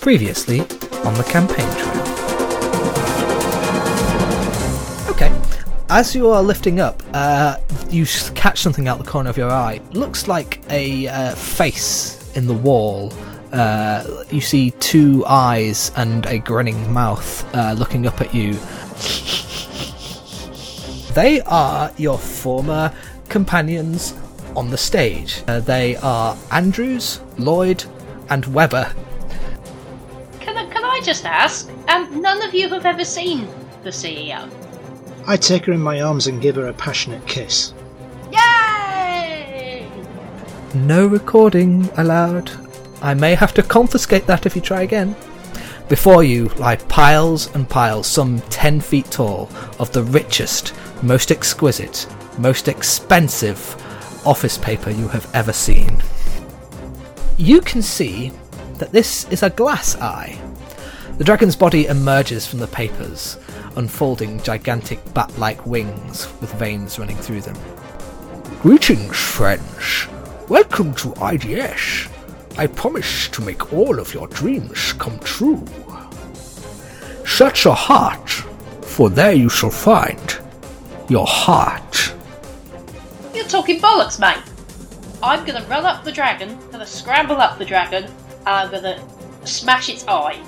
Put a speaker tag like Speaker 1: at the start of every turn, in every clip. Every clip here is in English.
Speaker 1: Previously on the campaign trail. Okay. As you are lifting up, uh, you s- catch something out the corner of your eye. Looks like a uh, face in the wall. Uh, you see two eyes and a grinning mouth uh, looking up at you. They are your former companions on the stage. Uh, they are Andrews, Lloyd, and Weber.
Speaker 2: Can I, can I just ask? Um, none of you have ever seen the E CEO.
Speaker 3: I take her in my arms and give her a passionate kiss.
Speaker 2: Yay!
Speaker 1: No recording allowed. I may have to confiscate that if you try again. Before you lie piles and piles, some 10 feet tall, of the richest, most exquisite, most expensive office paper you have ever seen. You can see that this is a glass eye. The dragon's body emerges from the papers, unfolding gigantic bat like wings with veins running through them. Greetings, friends. Welcome to IDS. I promise to make all of your dreams come true. Search your heart, for there you shall find your heart.
Speaker 2: You're talking bollocks, mate. I'm gonna run up the dragon, gonna scramble up the dragon, and I'm gonna smash its eye.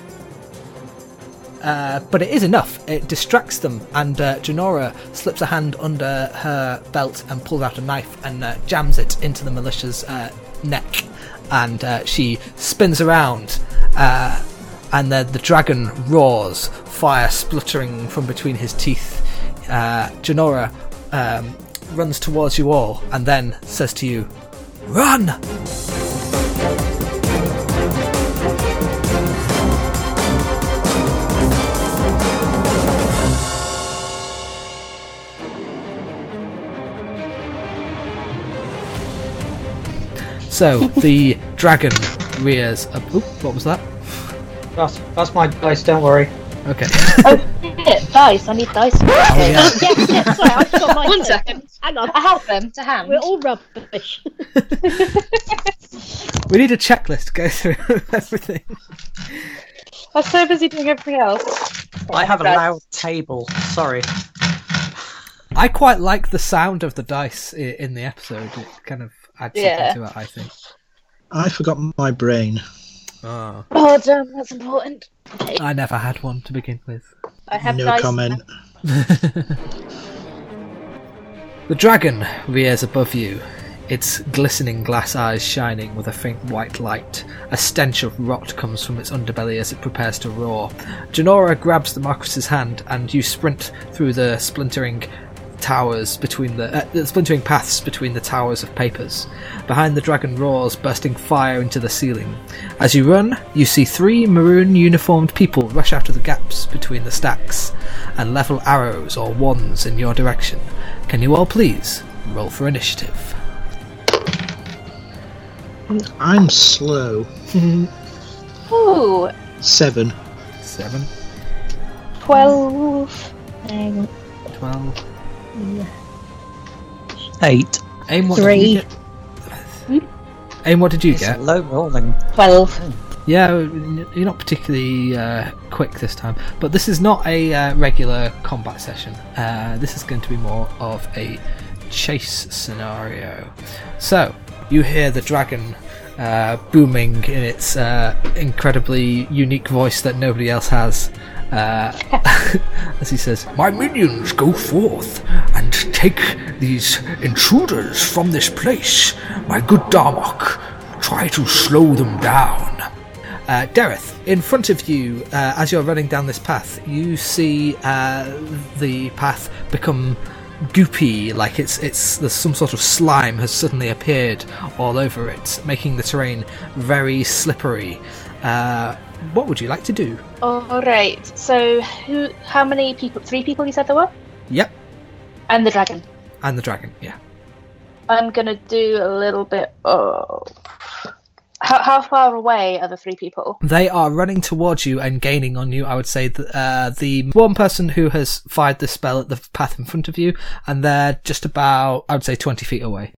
Speaker 1: Uh, but it is enough. It distracts them, and uh, Janora slips a hand under her belt and pulls out a knife and uh, jams it into the militia's uh, neck. And uh, she spins around, uh, and then the dragon roars, fire spluttering from between his teeth. Uh, Janora um, runs towards you all and then says to you, Run! So the dragon rears up. Oop, what was that?
Speaker 4: That's that's my dice. Don't worry.
Speaker 1: Okay.
Speaker 5: Yeah, dice. I need dice.
Speaker 1: Oh, yeah.
Speaker 5: yeah, yeah, sorry, I've got my.
Speaker 6: One second.
Speaker 5: Hang on.
Speaker 6: I have them to hand.
Speaker 5: We're all rubbish.
Speaker 1: We need a checklist to go through everything.
Speaker 6: I'm so busy doing everything else.
Speaker 4: I have a
Speaker 6: Right.
Speaker 4: loud table. Sorry.
Speaker 1: I quite like the sound of the dice i- in the episode. It kind of adds
Speaker 6: Yeah.
Speaker 1: something to it, I think.
Speaker 3: I forgot my brain.
Speaker 1: Oh.
Speaker 5: oh, damn, that's important.
Speaker 1: I never had one to begin with.
Speaker 6: I have
Speaker 3: no
Speaker 6: dice.
Speaker 3: comment.
Speaker 1: The dragon rears above you, its glistening glass eyes shining with a faint white light. A stench of rot comes from its underbelly as it prepares to roar. Janora grabs the Marquis's hand, and you sprint through the splintering towers between the, uh, the splintering paths between the towers of papers. Behind the dragon roars, bursting fire into the ceiling. As you run, you see three maroon uniformed people rush out of the gaps between the stacks and level arrows or wands in your direction. Can you all please roll for initiative?
Speaker 3: I'm slow.
Speaker 6: Ooh,
Speaker 3: Seven.
Speaker 1: 7,
Speaker 5: Twelve. Hang on.
Speaker 1: 12.
Speaker 4: Eight.
Speaker 1: Aim what did
Speaker 5: Three.
Speaker 1: you get? Aim what did you
Speaker 4: It's
Speaker 1: get?
Speaker 4: low rolling.
Speaker 5: Twelve.
Speaker 1: Yeah, you're not particularly uh, quick this time, but this is not a uh, regular combat session. Uh, this is going to be more of a chase scenario. So, you hear the dragon uh, booming in its uh, incredibly unique voice that nobody else has. Uh, as he says, My minions go forth and take these intruders from this place. My good Darmok, try to slow them down. Uh, Dareth, in front of you, uh, as you're running down this path, you see uh, the path become goopy, like it's it's there's some sort of slime has suddenly appeared all over it, making the terrain very slippery. Uh, what would you like to do?
Speaker 6: All right. So, who? How many people? Three people. You said there were,
Speaker 1: Yep,
Speaker 6: and the dragon.
Speaker 1: and the dragon. Yeah,
Speaker 6: I'm gonna do a little bit. Oh, how, how far away are the three people?
Speaker 1: they are running towards you and gaining on you. I would say that uh, the one person who has fired the spell at the path in front of you, and they're just about I would say twenty feet away.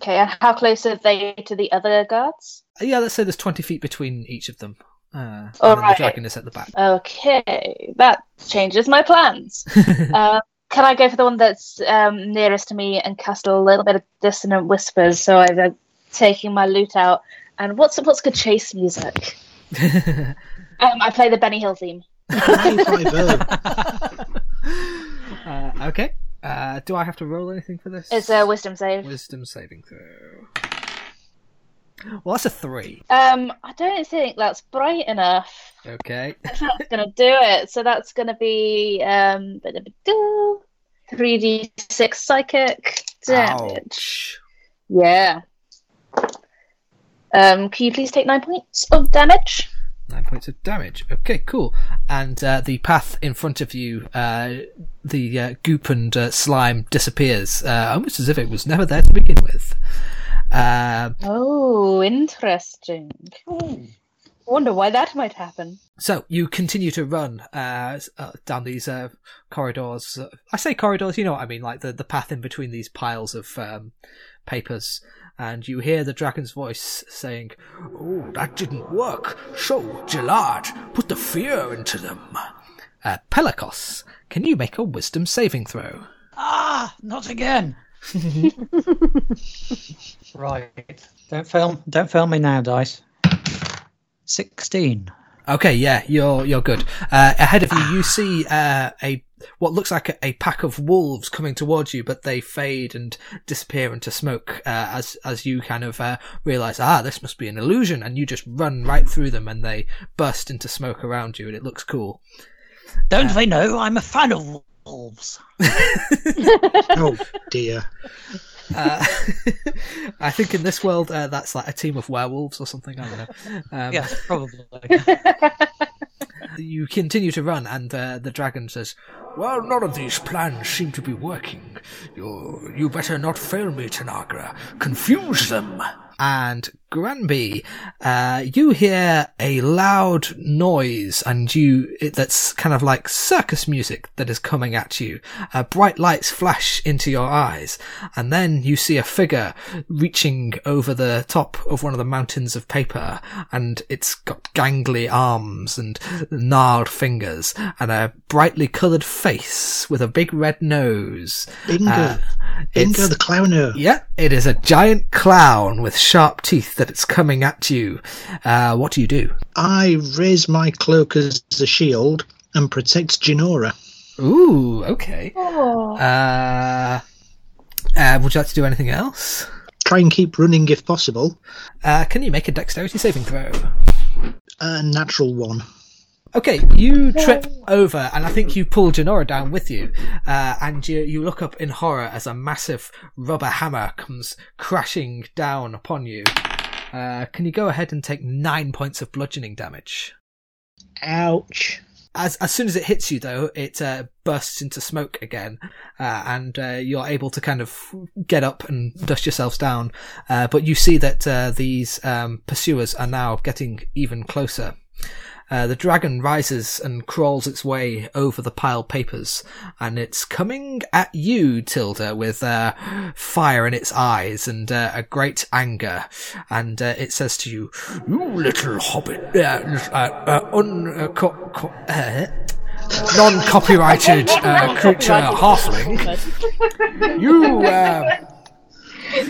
Speaker 6: Okay, and how close are they to the other guards?
Speaker 1: Yeah, let's say there's 20 feet between each of them. Uh, and
Speaker 6: All
Speaker 1: then The
Speaker 6: right.
Speaker 1: dragon is at the back.
Speaker 6: Okay, that changes my plans. uh, can I go for the one that's um, nearest to me and cast a little bit of dissonant whispers? So I'm uh, taking my lute out. And what's what's good chase music? Um, I play the Benny Hill theme.
Speaker 3: High five, oh.
Speaker 1: uh, okay. Uh, do I have to roll anything for this?
Speaker 6: It's a wisdom save.
Speaker 1: wisdom saving throw. Well, that's a three.
Speaker 6: Um, I don't think that's bright enough.
Speaker 1: Okay.
Speaker 6: That's not gonna do it. So that's gonna be um, three d six psychic damage.
Speaker 1: Ouch.
Speaker 6: Yeah. Um, can you please take nine points of damage?
Speaker 1: Nine points of damage. Okay, cool. And uh, the path in front of you, uh, the uh, goop and uh, slime disappears, uh, almost as if it was never there to begin with. Uh,
Speaker 6: Oh, interesting. Wonder why that might happen.
Speaker 1: so you continue to run uh, s- uh, down these uh, corridors. Uh, I say corridors, you know what I mean, like the, the path in between these piles of um, papers. And you hear the dragon's voice saying, Oh, that didn't work. So, Gillard, put the fear into them. Uh, Pelagos, can you make a wisdom saving throw?
Speaker 4: Ah, not again. right. Don't fail. Don't fail me now, dice. Sixteen.
Speaker 1: Okay, yeah, you're you're good. Uh, ahead of you, you see uh, a what looks like a, a pack of wolves coming towards you, but they fade and disappear into smoke uh, as as you kind of uh, realize, ah, this must be an illusion, and you just run right through them, and they burst into smoke around you, and it looks cool.
Speaker 4: Don't they know I'm a fan of wolves?
Speaker 3: oh dear.
Speaker 1: Uh, I think in this world, uh, that's like a team of werewolves or something. I don't know. Um,
Speaker 4: Yes, probably.
Speaker 1: You continue to run, and uh, the dragon says, "Well, none of these plans seem to be working. You, you better not fail me, Tanagra. Confuse them." And Granby, uh, you hear a loud noise, and you it, that's kind of like circus music that is coming at you. Uh, bright lights flash into your eyes, and then you see a figure reaching over the top of one of the mountains of paper, and it's got gangly arms and gnarled fingers, and a brightly coloured face with a big red nose.
Speaker 3: Bingo.
Speaker 1: Uh,
Speaker 3: Bingo
Speaker 1: it's-
Speaker 3: the clowner.
Speaker 1: yeah, it is a giant clown with sharp teeth that it's coming at you. Uh, what do you do?
Speaker 3: I raise my cloak as a shield and protect Genora.
Speaker 1: Ooh, okay.
Speaker 6: Oh.
Speaker 1: Uh, uh, would you like to do anything else?
Speaker 3: Try and keep running if possible.
Speaker 1: Uh, can you make a dexterity saving throw?
Speaker 3: A natural one.
Speaker 1: Okay, you trip over, and I think you pull Janora down with you, uh, and you, you look up in horror as a massive rubber hammer comes crashing down upon you. Uh, can you go ahead and take nine points of bludgeoning damage?
Speaker 3: Ouch.
Speaker 1: As as soon as it hits you, though, it uh, bursts into smoke again, uh, and uh, you're able to kind of get up and dust yourselves down. Uh, but you see that uh, these um, pursuers are now getting even closer. Uh, the dragon rises and crawls its way over the piled papers, and it's coming at you, Tilda, with uh, fire in its eyes and uh, a great anger. And uh, it says to you, "You little hobbit, uh, uh, uh, un, uh, co- co- uh, non-copyrighted uh, creature halfling." You, uh,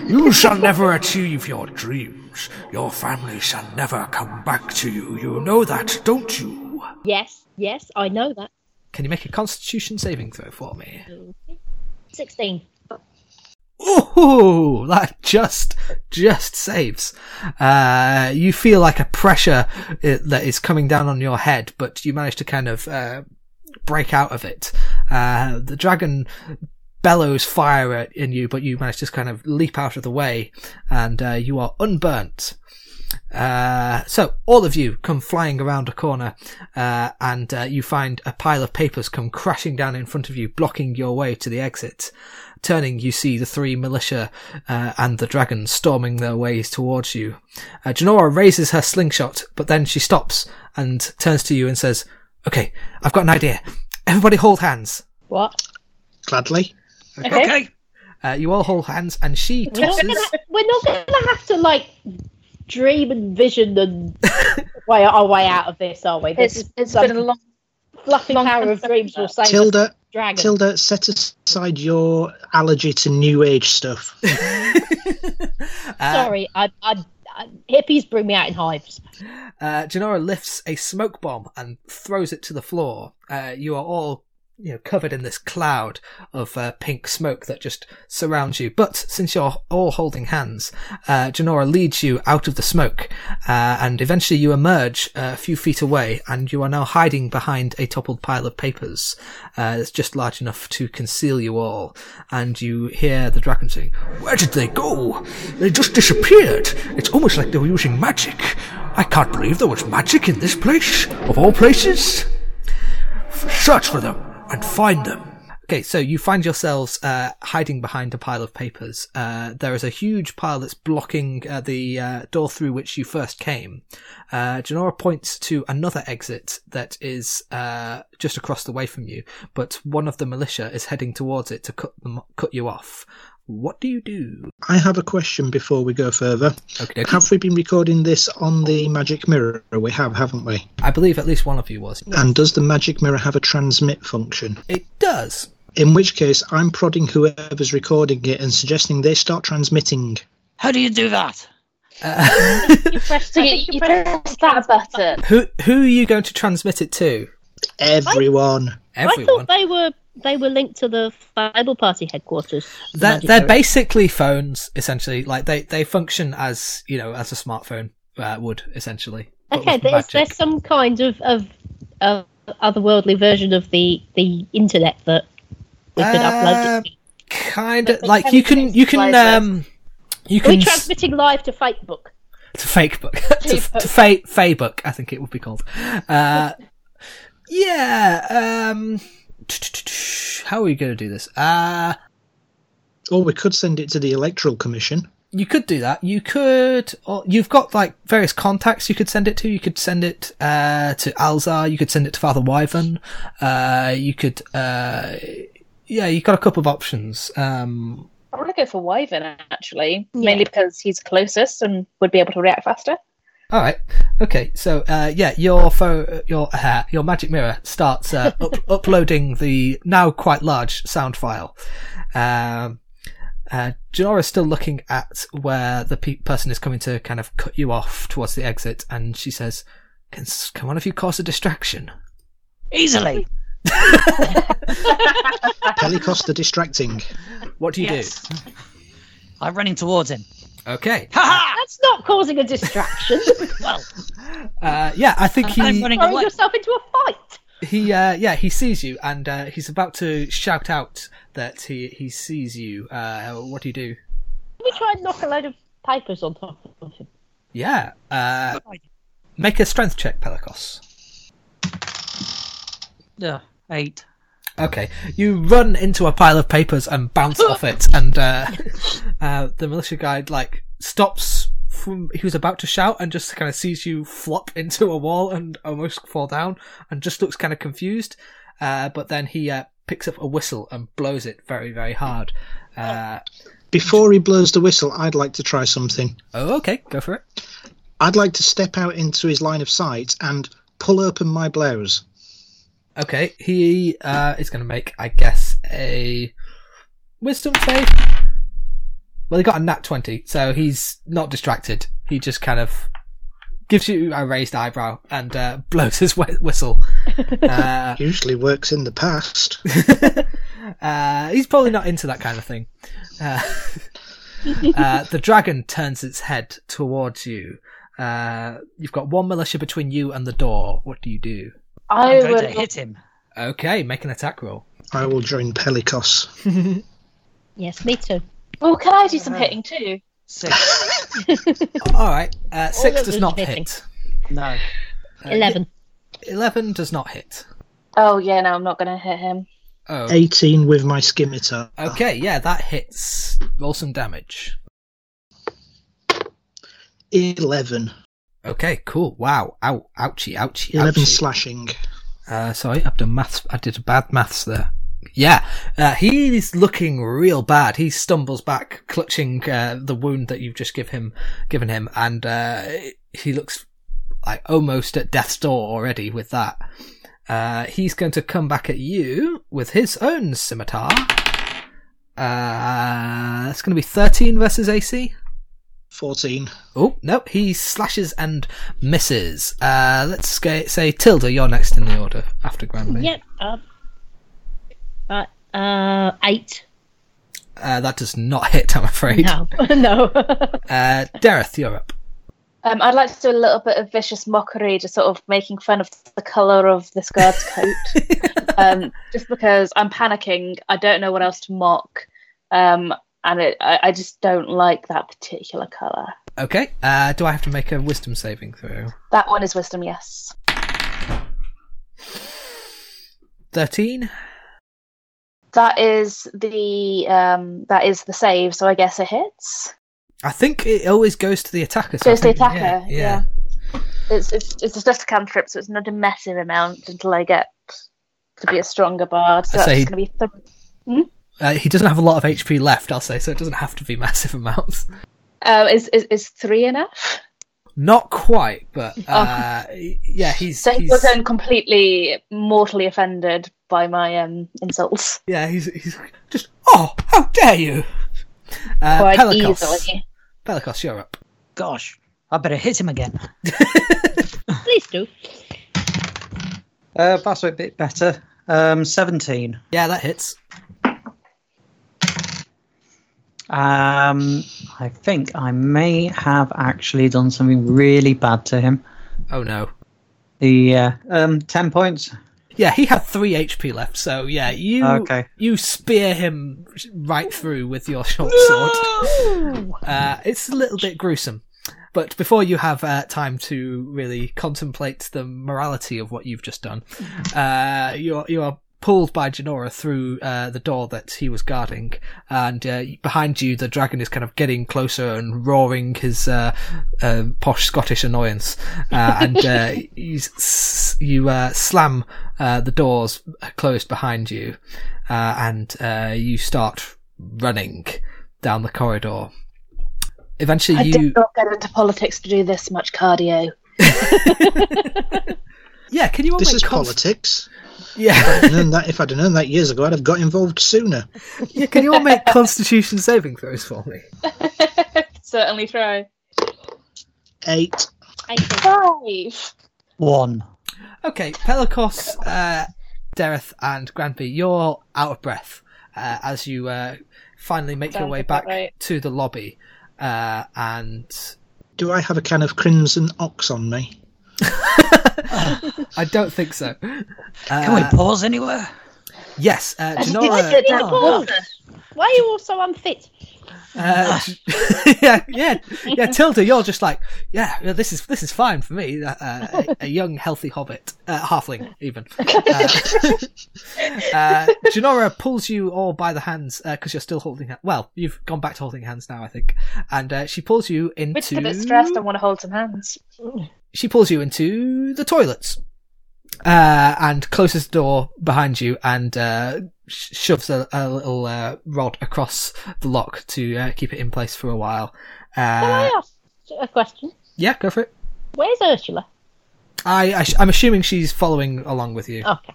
Speaker 1: you shall never achieve your dreams. Your family shall never come back to you. You know that, don't you?
Speaker 5: Yes, yes, I know that.
Speaker 1: Can you make a Constitution saving throw for me?
Speaker 5: 16.
Speaker 1: Oh, that just just saves. Uh, you feel like a pressure uh, that is coming down on your head, but you manage to kind of uh, break out of it. Uh, the dragon bellows fire at, in you, but you manage to kind of leap out of the way, and uh, you are unburnt. Uh, so all of you come flying around a corner, uh, and uh, you find a pile of papers come crashing down in front of you, blocking your way to the exit. Turning, you see the three militia uh, and the dragon storming their ways towards you. Uh, Janora raises her slingshot, but then she stops and turns to you and says, "Okay, I've got an idea. Everybody hold hands."
Speaker 5: What?
Speaker 3: Gladly.
Speaker 6: Okay.
Speaker 4: okay.
Speaker 1: Uh, you all hold hands, and she
Speaker 5: We're not,
Speaker 1: tosses.
Speaker 5: gonna, we're not gonna have to, like, dream and vision and way our way out of this, are we?
Speaker 6: It's
Speaker 5: This is
Speaker 6: it's
Speaker 5: some
Speaker 6: been a long
Speaker 5: fluffy
Speaker 6: long
Speaker 5: power of dreams will save us,
Speaker 3: Tilda,
Speaker 5: dragon.
Speaker 3: Tilda, set aside your allergy to new age stuff.
Speaker 1: Uh,
Speaker 5: Sorry, I, I, I, hippies bring me out in hives.
Speaker 1: Uh, Janora lifts a smoke bomb and throws it to the floor. Uh, you are all, you know, covered in this cloud of uh, pink smoke that just surrounds you. But since you're all holding hands, uh, Janora leads you out of the smoke, uh, and eventually you emerge uh, a few feet away, and you are now hiding behind a toppled pile of papers uh, that's just large enough to conceal you all. And you hear the dragon saying, "Where did they go? They just disappeared. It's almost like they were using magic." I can't believe there was magic in this place, of all places. Search for them and find them. Okay, so you find yourselves uh, hiding behind a pile of papers. Uh, there is a huge pile that's blocking uh, the uh, door through which you first came. Uh, Janora points to another exit that is uh, just across the way from you, but one of the militia is heading towards it to cut them, cut you off. What do you do?
Speaker 3: I have a question before we go further.
Speaker 1: Okay,
Speaker 3: Have we been recording this on the magic mirror? We have, haven't we?
Speaker 1: I believe at least one of you was.
Speaker 3: And does the magic mirror have a transmit function?
Speaker 1: It does.
Speaker 3: In which case, I'm prodding whoever's recording it and suggesting they start transmitting.
Speaker 4: How do you do that?
Speaker 1: Uh,
Speaker 5: You press,
Speaker 6: So you, you press that button.
Speaker 1: Who who are you going to transmit it to?
Speaker 3: Everyone.
Speaker 5: I
Speaker 1: Everyone.
Speaker 5: thought they were they were linked to the Bible Party headquarters. the
Speaker 1: They're,
Speaker 5: Magic
Speaker 1: they're
Speaker 5: Mirror.
Speaker 1: basically phones, essentially. Like they, they function as you know as a smartphone uh, would essentially. but
Speaker 5: Okay,
Speaker 1: with
Speaker 5: there's
Speaker 1: magic.
Speaker 5: there's some kind of of, of otherworldly version of the the internet that we could upload.
Speaker 1: Uh,
Speaker 5: It. to.
Speaker 1: kind of
Speaker 6: But they
Speaker 1: like
Speaker 6: can
Speaker 1: you can you can
Speaker 6: utilize that.
Speaker 1: um you
Speaker 5: Are we
Speaker 1: can s-
Speaker 5: transmitting live to Facebook?
Speaker 1: to fake book to, to fake Facebook, I think it would be called. Uh, yeah. Um, how are we going to do this? Uh,
Speaker 3: Or we could send it to the Electoral Commission.
Speaker 1: you could do that. You could. Or you've got like various contacts you could send it to. You could send it uh, to Alzar. You could send it to Father Wyvern. Uh, you could. Uh, yeah, you've got a couple of options. Um,
Speaker 6: I'm gonna go for Wyvern actually,
Speaker 5: Yeah.
Speaker 6: mainly because he's closest and would be able to react faster.
Speaker 1: all right. Okay. So uh, yeah, your phone, your uh, your magic mirror starts uh, up- uploading the now quite large sound file. Um, uh, Janora's still looking at where the pe- person is coming to kind of cut you off towards the exit, and she says, "Can, s- can one of you cause a distraction?"
Speaker 4: Easily.
Speaker 3: Pelicosta distracting.
Speaker 1: What do you
Speaker 4: Yes. I'm running towards him.
Speaker 1: do? Okay.
Speaker 4: Ha
Speaker 5: That's not causing a distraction.
Speaker 4: ha! Well,
Speaker 1: Uh, yeah, I think
Speaker 4: Um, I'm
Speaker 1: he
Speaker 4: running
Speaker 2: Oh,
Speaker 5: throwing
Speaker 4: away.
Speaker 5: yourself into a fight.
Speaker 1: he uh, yeah he sees you, and uh, he's about to shout out that he he sees you. Uh, what do you do?
Speaker 5: Let me try and knock a load of papers on top of him.
Speaker 1: Yeah. Uh, make a strength check, Pelikos.
Speaker 4: Yeah, eight.
Speaker 1: Okay, you run into a pile of papers and bounce off it, and uh, uh, the militia guy like stops from he was about to shout and just kind of sees you flop into a wall and almost fall down, and just looks kind of confused. Uh, but then he uh, picks up a whistle and blows it very very hard. Uh,
Speaker 3: Before he blows the whistle, I'd like to try something.
Speaker 1: oh, okay, go for it.
Speaker 3: I'd like to step out into his line of sight and pull open my blouse.
Speaker 1: Okay, he uh, is going to make, I guess, a wisdom save. Well, he got a nat 20, so he's not distracted. He just kind of gives you a raised eyebrow and uh, blows his whi- whistle. Uh,
Speaker 3: Usually works in the past.
Speaker 1: uh, he's probably not into that kind of thing. Uh, uh, the dragon turns its head towards you. Uh, you've got one militia between you and the door. What do you do?
Speaker 6: I
Speaker 4: I'm going to
Speaker 6: would
Speaker 4: hit him.
Speaker 1: Okay, make an attack roll.
Speaker 3: I will join Pelikos.
Speaker 5: Yes, me
Speaker 1: Uh,
Speaker 5: too.
Speaker 6: Well Oh, can I do
Speaker 4: Ah.
Speaker 6: some hitting too?
Speaker 4: Six.
Speaker 1: All right, uh, six
Speaker 5: of
Speaker 1: does
Speaker 5: those
Speaker 1: not
Speaker 5: missing.
Speaker 1: hit.
Speaker 4: No.
Speaker 5: Eleven.
Speaker 1: 11 does not hit.
Speaker 6: Oh yeah, no, I'm not gonna hit him.
Speaker 1: Oh.
Speaker 3: 18 with my scimitar.
Speaker 1: Okay, yeah, that hits. Roll some damage.
Speaker 3: 11.
Speaker 1: Okay, cool. Wow. Ow. Ouchie, ouchie,
Speaker 3: 11
Speaker 1: ouchie.
Speaker 3: slashing.
Speaker 1: Uh, sorry, I've done maths. I did bad maths there. Yeah, uh, he is looking real bad. He stumbles back, clutching uh, the wound that you've just give him, given him, and uh, he looks like almost at death's door already with that. Uh, he's going to come back at you with his own scimitar. Uh, that's going to be 13 versus AC.
Speaker 3: 14.
Speaker 1: Oh, no, he slashes and misses. Uh, let's go, say, Tilda, you're next in the order after Granby.
Speaker 5: Yep. Um, uh, uh, eight.
Speaker 1: Uh, that does not hit, I'm afraid.
Speaker 5: No, no.
Speaker 1: Uh, Dareth, you're up.
Speaker 6: Um, I'd like to do a little bit of vicious mockery, just sort of making fun of the colour of this guard's coat. um, just because I'm panicking, I don't know what else to mock, um, and it, I, I just don't like that particular colour.
Speaker 1: Okay, uh, do I have to make a wisdom saving throw?
Speaker 6: That one is wisdom, yes.
Speaker 1: 13?
Speaker 6: That is the um, that is the save, so I guess it hits.
Speaker 1: I think it always goes to the attacker. so I
Speaker 6: Goes to the
Speaker 1: think-
Speaker 6: attacker,
Speaker 1: yeah.
Speaker 6: It's it's, it's just a cantrip, so it's not a massive amount until I get to be a stronger bard.
Speaker 1: I
Speaker 6: So that's
Speaker 1: say-
Speaker 6: going to be th-
Speaker 1: Uh, he doesn't have a lot of HP left, I'll say, so it doesn't have to be massive amounts.
Speaker 6: um, is, is is three enough?
Speaker 1: Not quite, but uh, yeah, he's,
Speaker 6: So he
Speaker 1: he's
Speaker 6: wasn't completely mortally offended by my um, insults
Speaker 1: yeah, he's he's just oh, how dare you! Uh,
Speaker 6: quite
Speaker 1: Pelikos,
Speaker 6: easily.
Speaker 1: Pelikos, you're up.
Speaker 4: Gosh, I better hit him again.
Speaker 5: Please do.
Speaker 4: Uh, that's a bit better. Um, 17.
Speaker 1: Yeah, that hits.
Speaker 4: Um, I think I may have actually done something really bad to him.
Speaker 1: Oh no.
Speaker 4: The uh, um, 10 points.
Speaker 1: Yeah, he had three HP left, so yeah, you
Speaker 4: Okay.
Speaker 1: you spear him right through with your short sword. Uh, it's a little bit gruesome, but before you have uh, time to really contemplate the morality of what you've just done, uh, you are you are pulled by Genora through uh, the door that he was guarding, and uh, behind you the dragon is kind of getting closer and roaring his uh, uh, posh Scottish annoyance, uh, and uh, you s- you uh, slam uh, the doors closed behind you, uh, and uh, you start running down the corridor. Eventually,
Speaker 6: I
Speaker 1: you
Speaker 6: did not get into politics to do this much cardio.
Speaker 1: yeah. Can you all
Speaker 3: This
Speaker 1: make
Speaker 3: is
Speaker 1: con-
Speaker 3: politics.
Speaker 1: Yeah,
Speaker 3: I'd known that, if I'd have known that years ago, I'd have got involved sooner.
Speaker 1: yeah. Can you all make Constitution saving throws for me?
Speaker 6: Certainly try.
Speaker 3: Eight.
Speaker 5: Eight.
Speaker 6: Five.
Speaker 4: One.
Speaker 1: Okay, Pelikos, uh, Dereth, and Granby, you're out of breath uh, as you uh, finally make your
Speaker 6: Sounds
Speaker 1: way back
Speaker 6: about right.
Speaker 1: to the lobby. Uh, and
Speaker 3: Do I have a can of crimson ox on me?
Speaker 1: I don't think so.
Speaker 4: Can
Speaker 1: Uh,
Speaker 4: we pause anywhere?
Speaker 1: yes, uh,
Speaker 5: Why
Speaker 1: Janora.
Speaker 5: did you pause? Why are you all so unfit?
Speaker 1: Uh, yeah, yeah, yeah. Tilda, you're just like, yeah. well, This is this is fine for me. Uh, a, a young, healthy hobbit, uh, halfling, even. Uh, uh, Janora pulls you all by the hands because you're still holding. Ha- well, you've gone back to holding hands now, I think. And uh, she pulls you into.
Speaker 6: Which is a bit stressed. I want to hold some hands.
Speaker 1: she pulls you into the toilets uh, and closes the door behind you and uh, sh- shoves a, a little uh, rod across the lock to uh, keep it in place for a while.
Speaker 5: Can
Speaker 1: Uh,
Speaker 5: I ask a question?
Speaker 1: yeah, go for it.
Speaker 5: Where's Ursula?
Speaker 1: I, I sh- I'm assuming she's following along with you.
Speaker 5: Okay.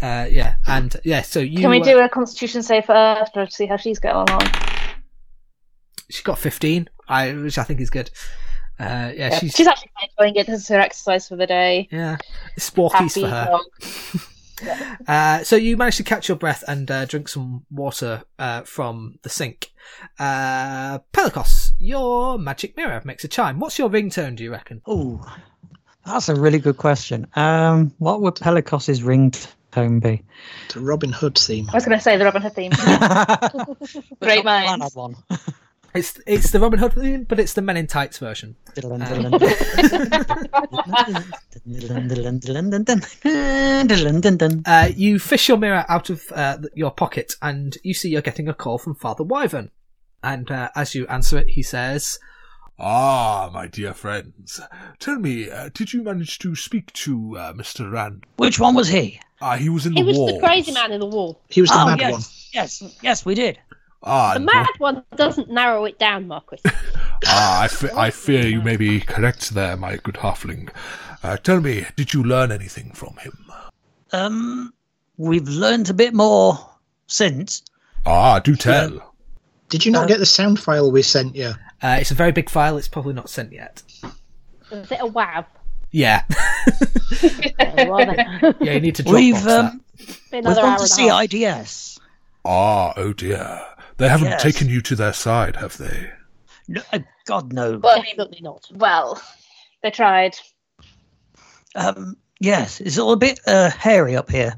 Speaker 1: Uh, yeah, and yeah, so you
Speaker 6: Can we
Speaker 1: uh,
Speaker 6: do a constitution save for after to see how she's getting on?
Speaker 1: she got 15, I, which I think is good. Uh, yeah,
Speaker 6: Yeah.
Speaker 1: she's
Speaker 6: She's actually quite enjoying it. This is her exercise for the day.
Speaker 1: yeah, it's sporkies
Speaker 6: Happy
Speaker 1: for her.
Speaker 6: dog.
Speaker 1: Uh, so you manage to catch your breath and uh, drink some water uh, from the sink. Uh, Pelikos, your magic mirror makes a chime. What's your ringtone, do you reckon?
Speaker 4: Oh, that's a really good question. Um, what would Pelikos's ringtone be?
Speaker 3: The Robin Hood theme.
Speaker 6: I was going to say the Robin Hood theme. Great minds.
Speaker 4: One.
Speaker 1: It's it's the Robin Hood, theme, but it's the Men in Tights version. Uh, you fish your mirror out of uh, th- your pocket and you see you're getting a call from Father Wyvern. And uh, as you answer it, he says,
Speaker 7: Ah, my dear friends, tell me, uh, did you manage to speak to uh, Mr. Rand?
Speaker 4: Which one was he?
Speaker 7: Ah, he was in
Speaker 5: He
Speaker 7: the
Speaker 5: was
Speaker 7: walls.
Speaker 5: the crazy man in the wall.
Speaker 3: He was the
Speaker 4: Oh,
Speaker 3: mad
Speaker 4: yes.
Speaker 3: one.
Speaker 4: Yes, yes, we did.
Speaker 7: Ah,
Speaker 5: The mad one doesn't narrow it down, Marquis.
Speaker 7: Ah, I, fe- I fear you may be correct there, my good halfling. Uh, tell me, did you learn anything from him?
Speaker 4: Um, we've learned a bit more since.
Speaker 7: Ah, do tell.
Speaker 3: Did you not get the sound file we sent you?
Speaker 1: Uh, it's a very big file. It's probably not sent yet.
Speaker 5: Is it a wab?
Speaker 1: Yeah,
Speaker 5: Oh, well then.
Speaker 1: yeah. You need to Dropbox
Speaker 4: We've um,
Speaker 5: Been
Speaker 4: we've
Speaker 5: another
Speaker 4: gone
Speaker 5: hour
Speaker 4: to
Speaker 5: and a
Speaker 4: see
Speaker 5: half.
Speaker 4: IDS.
Speaker 7: Ah, oh dear. They haven't
Speaker 4: Yes.
Speaker 7: taken you to their side, have they?
Speaker 4: No, uh, God no.
Speaker 6: Well, I mean,
Speaker 5: Definitely not.
Speaker 6: well, they tried.
Speaker 4: Um, yes, it's all a bit uh, hairy up here.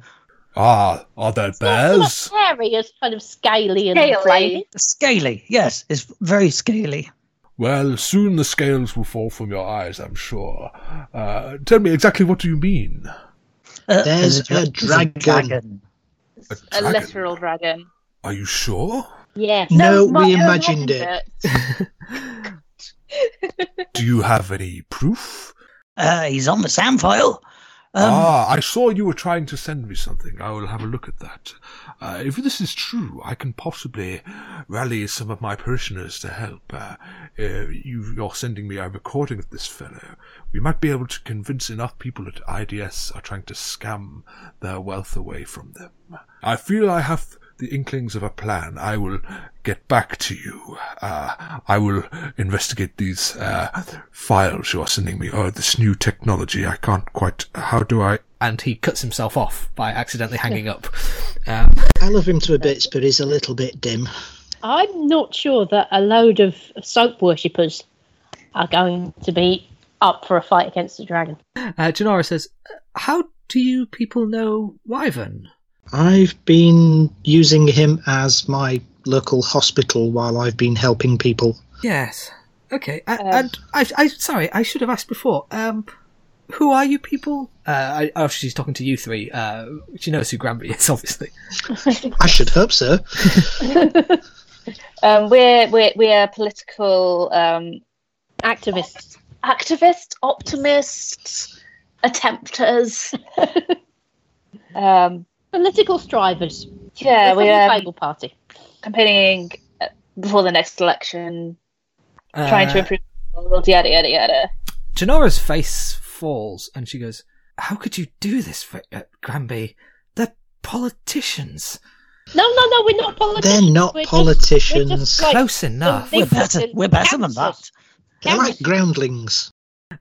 Speaker 7: Ah, are there bears?
Speaker 5: It's not hairy, it's kind of scaly and
Speaker 6: Scaly.
Speaker 5: inflated.
Speaker 4: Scaly, yes, it's very scaly.
Speaker 7: Well, soon the scales will fall from your eyes, I'm sure. Uh, tell me exactly what do you mean?
Speaker 4: Uh,
Speaker 3: There's a
Speaker 4: dra-
Speaker 3: dragon.
Speaker 6: A
Speaker 7: dragon?
Speaker 6: literal dragon.
Speaker 7: Are you sure?
Speaker 5: Yeah.
Speaker 3: No,
Speaker 6: my
Speaker 3: we
Speaker 6: own
Speaker 3: imagined it.
Speaker 7: Do you have any proof?
Speaker 4: Uh, he's on the sound file. Um,
Speaker 7: ah, I saw you were trying to send me something. I will have a look at that. Uh, if this is true, I can possibly rally some of my parishioners to help. Uh, uh, you, you're sending me a recording of this fellow. We might be able to convince enough people that IDS are trying to scam their wealth away from them. I feel I have the inklings of a plan. I will get back to you. Uh, I will investigate these uh, files you are sending me. Oh, this new technology. I can't quite. How do I?
Speaker 1: and he cuts himself off by accidentally hanging up. Um,
Speaker 3: I love him to bits, but he's a little bit dim.
Speaker 5: I'm not sure that a load of soap worshippers are going to be up for a fight against the dragon.
Speaker 1: uh, Janara says, "How do you people know Wyvern?"
Speaker 3: I've been using him as my local hospital while I've been helping people.
Speaker 1: Yes. Okay. I,
Speaker 6: Um,
Speaker 1: and I, I, sorry, I should have asked before. Um, who are you people? Uh, I, oh, she's talking to you three. Uh, she knows who Granby is, obviously.
Speaker 3: I should hope so.
Speaker 6: Um, we're we're we're political um,
Speaker 5: Activists.
Speaker 6: activists, optimists, attempters. um,
Speaker 5: Political strivers.
Speaker 6: yeah,
Speaker 5: Let's have
Speaker 6: we're
Speaker 5: a
Speaker 6: um,
Speaker 5: Bible party.
Speaker 6: campaigning uh, before the next election,
Speaker 1: Uh,
Speaker 6: trying to improve the world. Yada yada yada.
Speaker 1: Janora's face falls, and she goes, "How could you do this, for, uh, Granby? They're politicians.
Speaker 5: No, no, no, we're not politicians.
Speaker 3: They're not
Speaker 5: we're just-
Speaker 3: politicians.
Speaker 5: we're just like
Speaker 1: Close enough."
Speaker 5: the
Speaker 4: We're better.
Speaker 5: fucking
Speaker 4: We're better than that.
Speaker 5: councils.
Speaker 3: They're
Speaker 5: Cameras.
Speaker 3: like groundlings.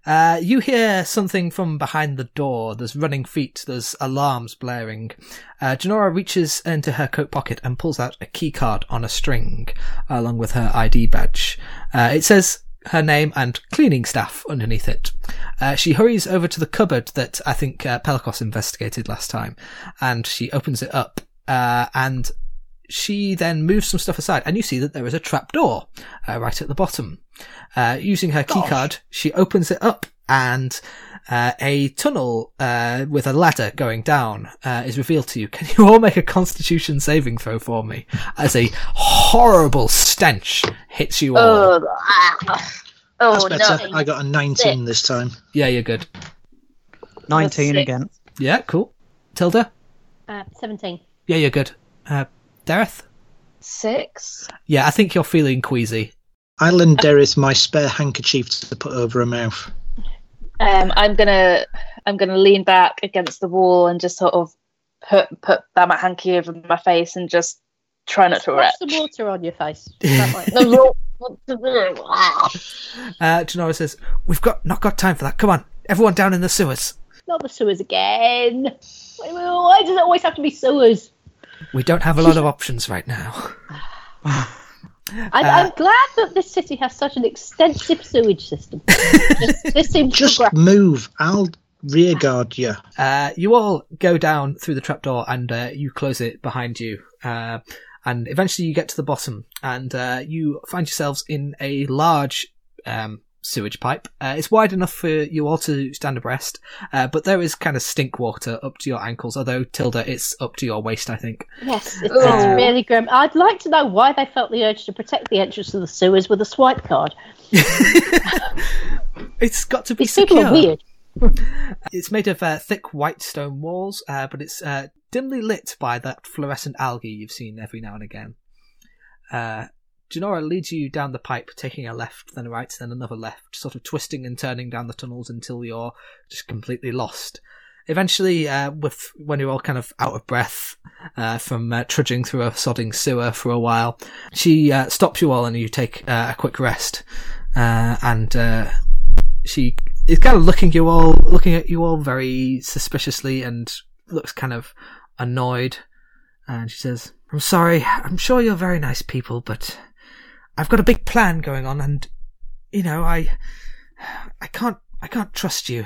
Speaker 1: Uh, you hear something from behind the door. There's running feet. There's alarms blaring. Uh, Janora reaches into her coat pocket and pulls out a key card on a string, along with her ID badge. Uh, it says her name and cleaning staff underneath it. Uh, she hurries over to the cupboard that I think uh, Pelikos investigated last time, and she opens it up. Uh, and she then moves some stuff aside, and you see that there is a trapdoor uh, right at the bottom. Uh, using her keycard, she opens it up, and uh, a tunnel uh, with a ladder going down uh, is revealed to you. Can you all make a Constitution saving throw for me? As a horrible stench hits you all.
Speaker 6: Oh, ah.
Speaker 3: That's
Speaker 6: oh
Speaker 3: better.
Speaker 6: no.
Speaker 3: I got a 19 this time.
Speaker 1: Yeah, you're good.
Speaker 4: Nineteen
Speaker 6: That's
Speaker 4: again.
Speaker 1: Yeah, cool. Tilda?
Speaker 5: Uh, 17.
Speaker 1: Yeah, you're good. Uh, Dareth?
Speaker 6: Six.
Speaker 1: Yeah, I think you're feeling queasy.
Speaker 3: I lend Derith my spare handkerchief to put over her mouth.
Speaker 6: Um, I'm gonna I'm gonna lean back against the wall and just sort of put put that my hanky over my face and just try not to
Speaker 5: Watch
Speaker 6: retch.
Speaker 5: the water on your face. That might-
Speaker 6: The ro-
Speaker 1: Uh, Janora says, We've got not got time for that. Come on, everyone down in the sewers.
Speaker 5: not the sewers again. Why, why does it always have to be sewers?
Speaker 1: We don't have a lot of options right now.
Speaker 5: I'm,
Speaker 1: Uh,
Speaker 5: I'm glad that this city has such an extensive sewage system. this, this seems
Speaker 3: Just
Speaker 5: progressive.
Speaker 3: move. I'll rearguard you.
Speaker 1: Uh, you all go down through the trapdoor and uh, you close it behind you. Uh, and eventually you get to the bottom and uh, you find yourselves in a large um, sewage pipe. Uh, it's wide enough for you all to stand abreast, uh, but there is kind of stink water up to your ankles, although, Tilda, it's up to your waist, I think.
Speaker 5: Yes, it's,
Speaker 6: Ooh.
Speaker 1: Oh.
Speaker 5: it's really grim. I'd like to know why they felt the urge to protect the entrance to the sewers with a swipe card.
Speaker 1: It's got to be
Speaker 5: These people
Speaker 1: secure.
Speaker 5: are weird.
Speaker 1: It's made of uh, thick white stone walls, uh, but it's uh, dimly lit by that fluorescent algae you've seen every now and again. Uh, Janora leads you down the pipe, taking a left, then a right, then another left, sort of twisting and turning down the tunnels until you're just completely lost. Eventually, uh, with when you're all kind of out of breath uh, from uh, trudging through a sodding sewer for a while, she uh, stops you all and you take uh, a quick rest. Uh, and uh, she is kind of looking you all, looking at you all very suspiciously, and looks kind of annoyed. And she says, "I'm sorry. I'm sure you're very nice people, but I've got a big plan going on, and you know, I, I can't, I can't trust you.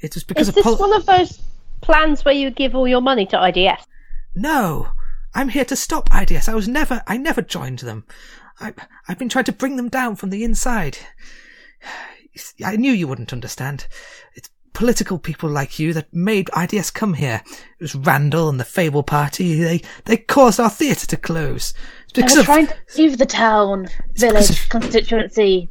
Speaker 1: It was because of
Speaker 5: Is this
Speaker 1: pol-
Speaker 5: one of those plans where you give all your money to IDS?
Speaker 1: No, I'm here to stop IDS. I was never, I never joined them. I, I've been trying to bring them down from the inside. I knew you wouldn't understand. It's political people like you that made IDS come here. It was Randall and the Fable Party. They, they caused our theatre to close. It's
Speaker 6: I
Speaker 1: because
Speaker 6: was
Speaker 1: of,
Speaker 6: trying to leave the town,
Speaker 1: because
Speaker 6: village,
Speaker 1: of-
Speaker 6: constituency.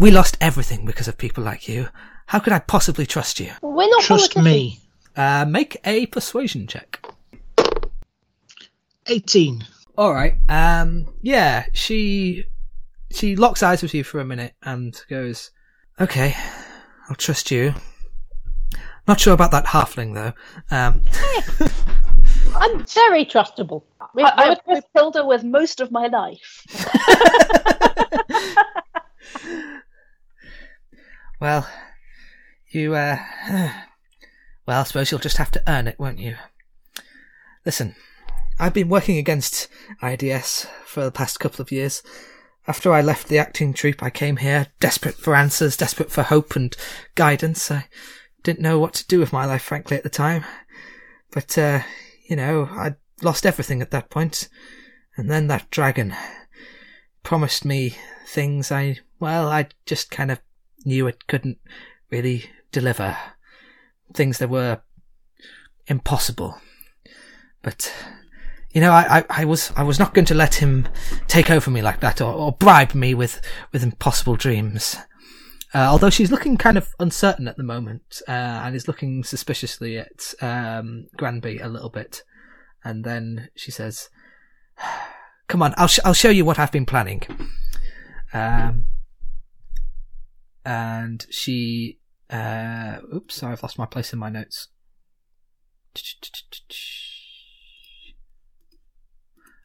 Speaker 1: we lost everything because of people like you. How could I possibly trust you?
Speaker 5: We're not
Speaker 3: Trust
Speaker 5: politicians.
Speaker 3: me.
Speaker 1: Uh, make a persuasion check.
Speaker 3: 18.
Speaker 1: All right. Um. Yeah. She she locks eyes with you for a minute and goes, "Okay, I'll trust you." Not sure about that halfling though. Um.
Speaker 5: I'm very trustable. We-
Speaker 6: I, I
Speaker 5: we're-
Speaker 6: would trust Hilda with most of my life.
Speaker 1: Well, you. Uh. Well, I suppose you'll just have to earn it, won't you? Listen, I've been working against IDS for the past couple of years. After I left the acting troupe, I came here desperate for answers, desperate for hope and guidance. I didn't know what to do with my life, frankly, at the time. But, uh, you know, I'd lost everything at that point. And then that dragon promised me things I, well, I just kind of knew it couldn't really deliver. Things that were impossible. But, you know, I, I, I was I was not going to let him take over me like that or, or bribe me with, with impossible dreams. Uh, although she's looking kind of uncertain at the moment uh, and is looking suspiciously at um, Granby a little bit. And then she says, Come on, I'll, sh- I'll show you what I've been planning. Um, and she. Uh, oops, sorry, I've lost my place in my notes.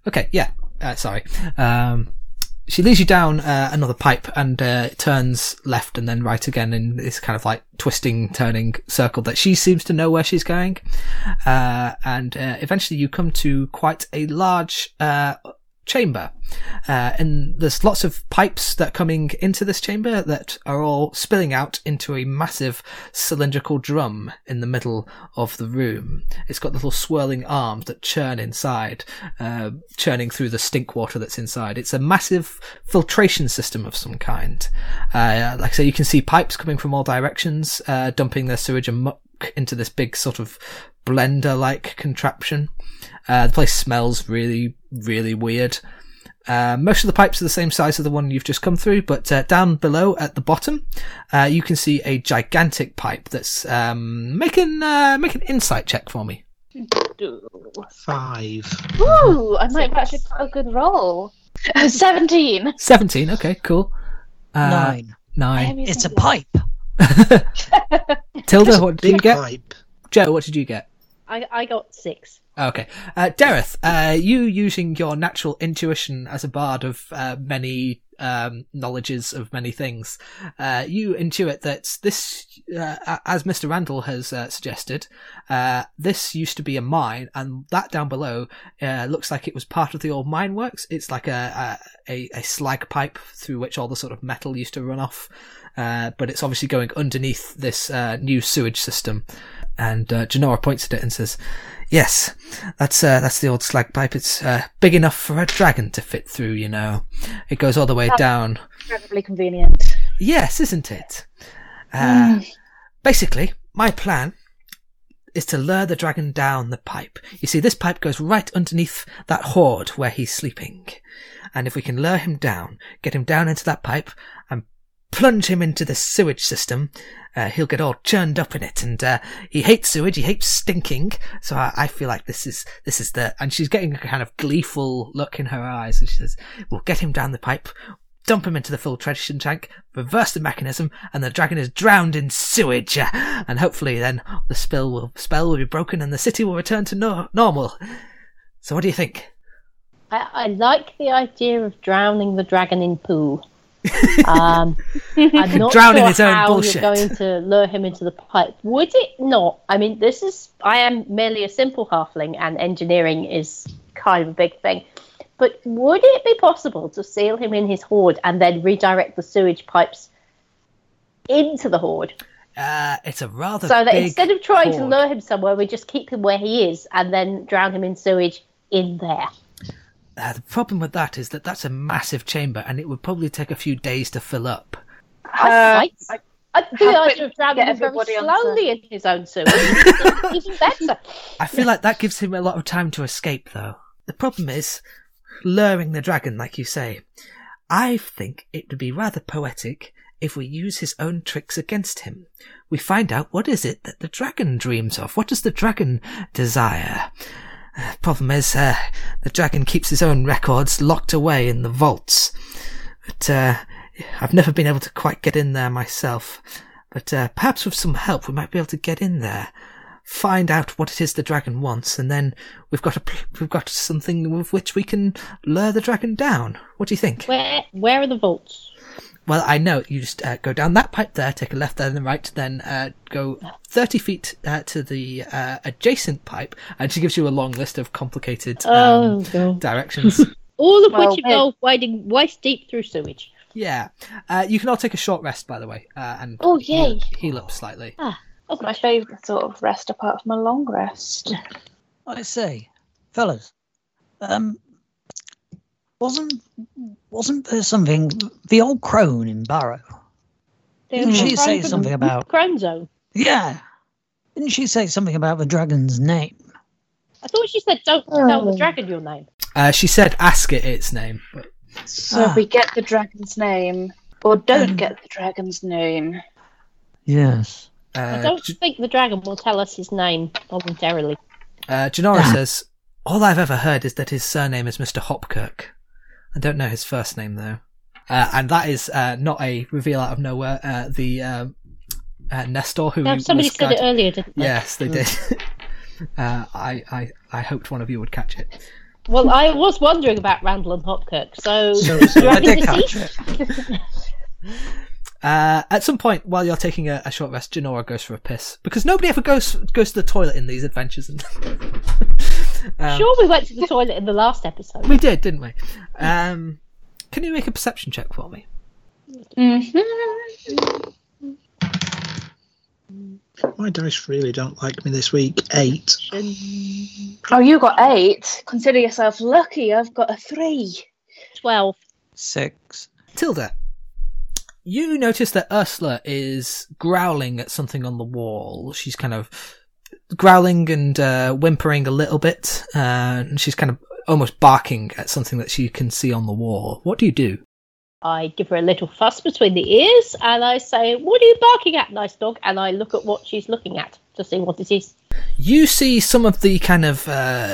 Speaker 1: Okay, yeah, uh, sorry. Um, she leads you down uh, another pipe and uh, it turns left and then right again in this kind of like twisting, turning circle that she seems to know where she's going. Uh, and uh, eventually you come to quite a large uh, chamber. Uh, and there's lots of pipes that are coming into this chamber that are all spilling out into a massive cylindrical drum in the middle of the room. It's got little swirling arms that churn inside, uh, churning through the stink water that's inside. It's a massive filtration system of some kind. Uh, like I say, you can see pipes coming from all directions, uh, dumping their sewage and muck into this big sort of blender-like contraption. Uh, the place smells really, really weird. Uh, most of the pipes are the same size as the one you've just come through, but uh, down below at the bottom, uh, you can see a gigantic pipe that's um, making uh, make an insight check for me.
Speaker 3: Five.
Speaker 6: Ooh, I might have actually put a good roll. 17.
Speaker 1: Seventeen. Okay, cool. Uh,
Speaker 4: Nine.
Speaker 1: Nine.
Speaker 4: It's a pipe.
Speaker 1: Tilda, what did you
Speaker 3: Big
Speaker 1: get?
Speaker 3: pipe.
Speaker 1: Joe, what did you get?
Speaker 5: I, I got six.
Speaker 1: Okay. Uh, Dareth, uh, you using your natural intuition as a bard of uh, many um, knowledges of many things, uh, you intuit that this, uh, a- as Mr. Randall has uh, suggested, uh, this used to be a mine, and that down below uh, looks like it was part of the old mine works. It's like a, a, a, a slag pipe through which all the sort of metal used to run off. Uh, but it's obviously going underneath this uh, new sewage system, and uh, Janora points at it and says, Yes, that's uh, that's the old slag pipe. It's uh, big enough for a dragon to fit through. You know, it goes all the way down.
Speaker 6: Incredibly convenient.
Speaker 1: Yes, isn't it? Uh, basically, my plan is to lure the dragon down the pipe. You see, this pipe goes right underneath that hoard where he's sleeping, and if we can lure him down, get him down into that pipe, and plunge him into the sewage system. Uh, he'll get all churned up in it, and uh, he hates sewage. He hates stinking. So I, I feel like this is this is the. And she's getting a kind of gleeful look in her eyes, and she says, "We'll get him down the pipe, dump him into the filtration tank, reverse the mechanism, and the dragon is drowned in sewage. And hopefully, then the spell will spell will be broken, and the city will return to nor normal. So what do you think?"
Speaker 5: I, I like the idea of drowning the dragon in poo. Um, I'm not
Speaker 1: Drowning
Speaker 5: sure
Speaker 1: his own
Speaker 5: how
Speaker 1: bullshit.
Speaker 5: you're going to lure him into the pipe. Would it not? I mean, this is. I am merely a simple halfling, and engineering is kind of a big thing. But would it be possible to seal him in his hoard and then redirect the sewage pipes into the hoard,
Speaker 1: Uh, it's a rather
Speaker 5: so that
Speaker 1: big
Speaker 5: instead of trying to
Speaker 1: hoard.
Speaker 5: lure him somewhere, we just keep him where he is and then drown him in sewage in there?
Speaker 1: Uh, the problem with that is that that's a massive chamber, and it would probably take a few days to fill up.
Speaker 5: I
Speaker 6: Uh,
Speaker 5: like I, the
Speaker 6: how
Speaker 5: idea
Speaker 6: quick
Speaker 5: of drowning
Speaker 6: get
Speaker 5: him very
Speaker 6: everybody on
Speaker 5: slowly in his own sewer is even better.
Speaker 1: I feel like that gives him a lot of time to escape, though. The problem is luring the dragon, like you say. I think it would be rather poetic if we use his own tricks against him. We find out what is it that the dragon dreams of. What does the dragon desire? Uh, Problem is, uh, the dragon keeps his own records locked away in the vaults. But uh, I've never been able to quite get in there myself. But uh, perhaps with some help, we might be able to get in there find out what it is the dragon wants, and then we've got a pl- we've got something with which we can lure the dragon down. What do you think?
Speaker 5: Where where are the vaults?
Speaker 1: Well, I know you just uh, go down that pipe there, take a left, then a right, then uh, go thirty feet uh, to the uh, adjacent pipe, and she gives you a long list of complicated um,
Speaker 5: Oh, God.
Speaker 1: directions.
Speaker 5: All of
Speaker 6: Well,
Speaker 5: which involve wading waist deep through sewage.
Speaker 1: yeah, uh, you can all take a short rest, by the way, uh, and
Speaker 6: Oh,
Speaker 1: heal-
Speaker 6: yay.
Speaker 1: heal up slightly.
Speaker 5: Ah.
Speaker 6: That's my favourite sort of rest, apart from a long rest.
Speaker 4: I see, fellas. Um, wasn't wasn't there something the old crone in Barrow? Didn't she say Hmm. something about?
Speaker 5: Crown zone.
Speaker 4: Yeah, didn't she say something about the dragon's name?
Speaker 5: I thought she said don't tell
Speaker 6: Oh.
Speaker 5: the dragon your name.
Speaker 1: Uh, she said, "Ask it its name." But
Speaker 6: So
Speaker 4: Ah.
Speaker 6: we get the dragon's name, or don't
Speaker 4: Um.
Speaker 6: get the dragon's name.
Speaker 4: Yes.
Speaker 5: I
Speaker 1: uh,
Speaker 5: don't think the dragon will tell us his name voluntarily.
Speaker 1: Uh, Janora says, All I've ever heard is that his surname is Mr. Hopkirk. I don't know his first name, though. Uh, and that is uh, not a reveal out of nowhere. Uh, the um, uh, Nestor, who
Speaker 5: Now,
Speaker 1: was
Speaker 5: somebody said it
Speaker 1: guide-
Speaker 5: earlier, didn't they?
Speaker 1: Yes, they did. uh, I, I, I hoped one of you would catch it.
Speaker 5: Well, I was wondering about Randall and Hopkirk, so,
Speaker 4: So,
Speaker 5: do you
Speaker 4: so I
Speaker 5: reckon
Speaker 4: did
Speaker 5: this
Speaker 4: catch
Speaker 5: is-
Speaker 4: it.
Speaker 1: Uh, at some point, while you're taking a, a short rest, Janora goes for a piss because nobody ever goes goes to the toilet in these adventures. And Um,
Speaker 5: Sure, we went to the toilet in the last episode.
Speaker 1: we did, didn't we? Um, can you make a perception check for me?
Speaker 3: My dice really don't like me this week. Eight.
Speaker 6: Oh, you got eight. Consider yourself lucky. I've got a three.
Speaker 5: 12.
Speaker 4: Six.
Speaker 1: Tilda, you notice that Ursula is growling at something on the wall. She's kind of growling and uh, whimpering a little bit, uh, and she's kind of almost barking at something that she can see on the wall. What do you do?
Speaker 5: I give her a little fuss between the ears and I say, What are you barking at, nice dog? And I look at what she's looking at to see what it is.
Speaker 1: You see some of the kind of uh,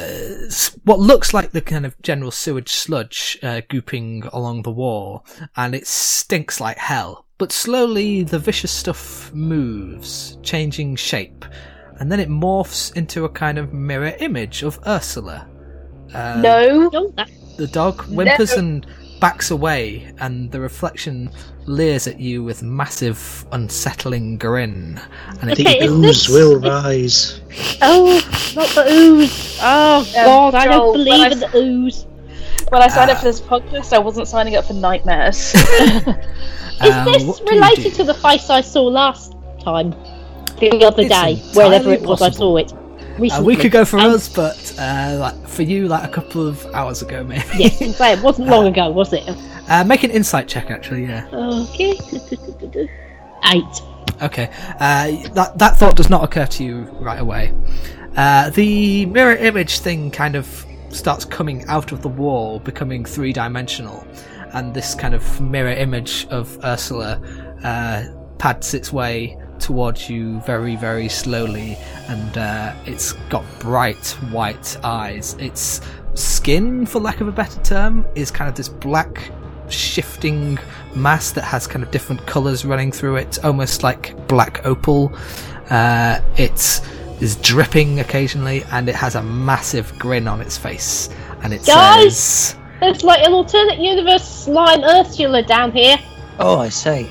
Speaker 1: s- what looks like the kind of general sewage sludge uh, gooping along the wall, and it stinks like hell. But slowly, the vicious stuff moves, changing shape, and then it morphs into a kind of mirror image of Ursula.
Speaker 4: Um,
Speaker 1: Uh,
Speaker 6: no.
Speaker 5: Oh, that,
Speaker 1: The dog whimpers and backs away, and the reflection leers at you with massive, unsettling grin. And it
Speaker 3: The
Speaker 5: Okay, is
Speaker 3: ooze
Speaker 5: this-
Speaker 3: will rise.
Speaker 5: oh, not the ooze. Oh, God, I
Speaker 6: Joel,
Speaker 5: don't
Speaker 6: when
Speaker 5: believe
Speaker 6: I-
Speaker 5: in the ooze.
Speaker 6: When I signed
Speaker 1: Ah.
Speaker 6: up for this podcast, I wasn't signing up for nightmares.
Speaker 5: Is
Speaker 1: Uh, what
Speaker 5: this
Speaker 1: do you do?
Speaker 5: related to the face I saw last time? The other
Speaker 1: It's
Speaker 5: day, wherever
Speaker 1: entirely Uh,
Speaker 5: it was I saw it. Recently.
Speaker 1: A week ago for
Speaker 5: Um,
Speaker 1: us, but uh, like for you, like a couple of hours ago, maybe.
Speaker 5: Yes, I'm saying, it wasn't long ago, was it?
Speaker 1: Uh, make an insight check, actually. Yeah.
Speaker 5: Okay. Eight.
Speaker 1: Okay. Uh, that that thought does not occur to you right away. Uh, the mirror image thing kind of starts coming out of the wall, becoming three dimensional, and this kind of mirror image of Ursula uh, pads its way towards you very, very slowly, and uh, it's got bright white eyes. Its skin, for lack of a better term, is kind of this black, shifting mass that has kind of different colours running through it, almost like black opal. Uh, it is dripping occasionally, and it has a massive grin on its face, and it
Speaker 5: Guys!
Speaker 1: says.
Speaker 5: There's like an alternate universe slime Ursula down here.
Speaker 4: Oh, I see.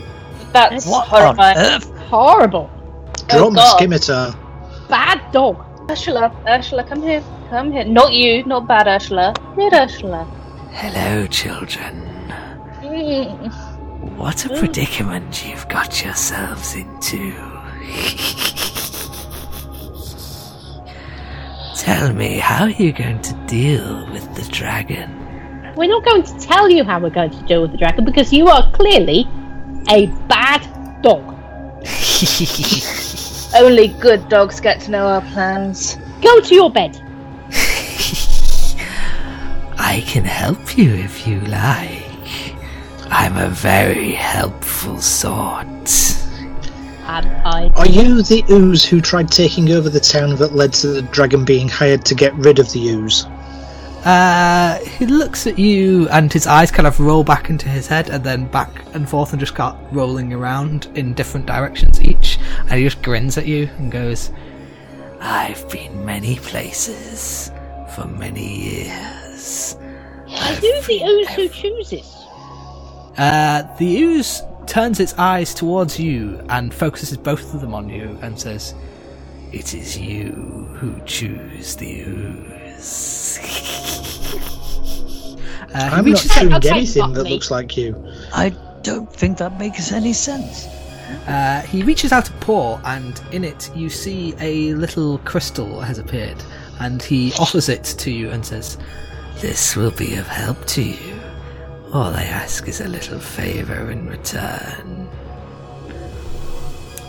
Speaker 6: That's
Speaker 4: What on
Speaker 6: horrifying.
Speaker 4: earth?
Speaker 5: Horrible.
Speaker 6: Oh,
Speaker 3: Drum
Speaker 6: God.
Speaker 3: scimitar.
Speaker 5: Bad dog.
Speaker 6: Ursula, Ursula, come here, come here. Not you, not bad Ursula. Good Ursula.
Speaker 1: Hello, children.
Speaker 6: Mm.
Speaker 1: What a predicament you've got yourselves into. Tell me, how are you going to deal with the dragon?
Speaker 5: We're not going to tell you how we're going to deal with the dragon because you are clearly a bad dog.
Speaker 6: Only good dogs get to know our plans.
Speaker 5: Go to your bed.
Speaker 1: I can help you if you like. I'm a very helpful sort.
Speaker 5: Um, I
Speaker 3: Are you the ooze who tried taking over the town that led to the dragon being hired to get rid of the ooze?
Speaker 1: Uh, he looks at you, and his eyes kind of roll back into his head, and then back and forth, and just start rolling around in different directions each. And he just grins at you and goes, "I've been many places for many years."
Speaker 5: I do the ooze who chooses.
Speaker 1: Uh, the ooze turns its eyes towards you and focuses both of them on you, and says, "It is you who choose the ooze." Uh, he
Speaker 3: I'm not
Speaker 1: reaches
Speaker 3: doing
Speaker 5: okay,
Speaker 3: anything
Speaker 5: fuck
Speaker 3: that
Speaker 5: me.
Speaker 3: looks like you.
Speaker 4: I don't think that makes any sense.
Speaker 1: Uh, he reaches out a paw, and in it you see a little crystal has appeared, and he offers it to you and says, "This will be of help to you. All I ask is a little favour in return."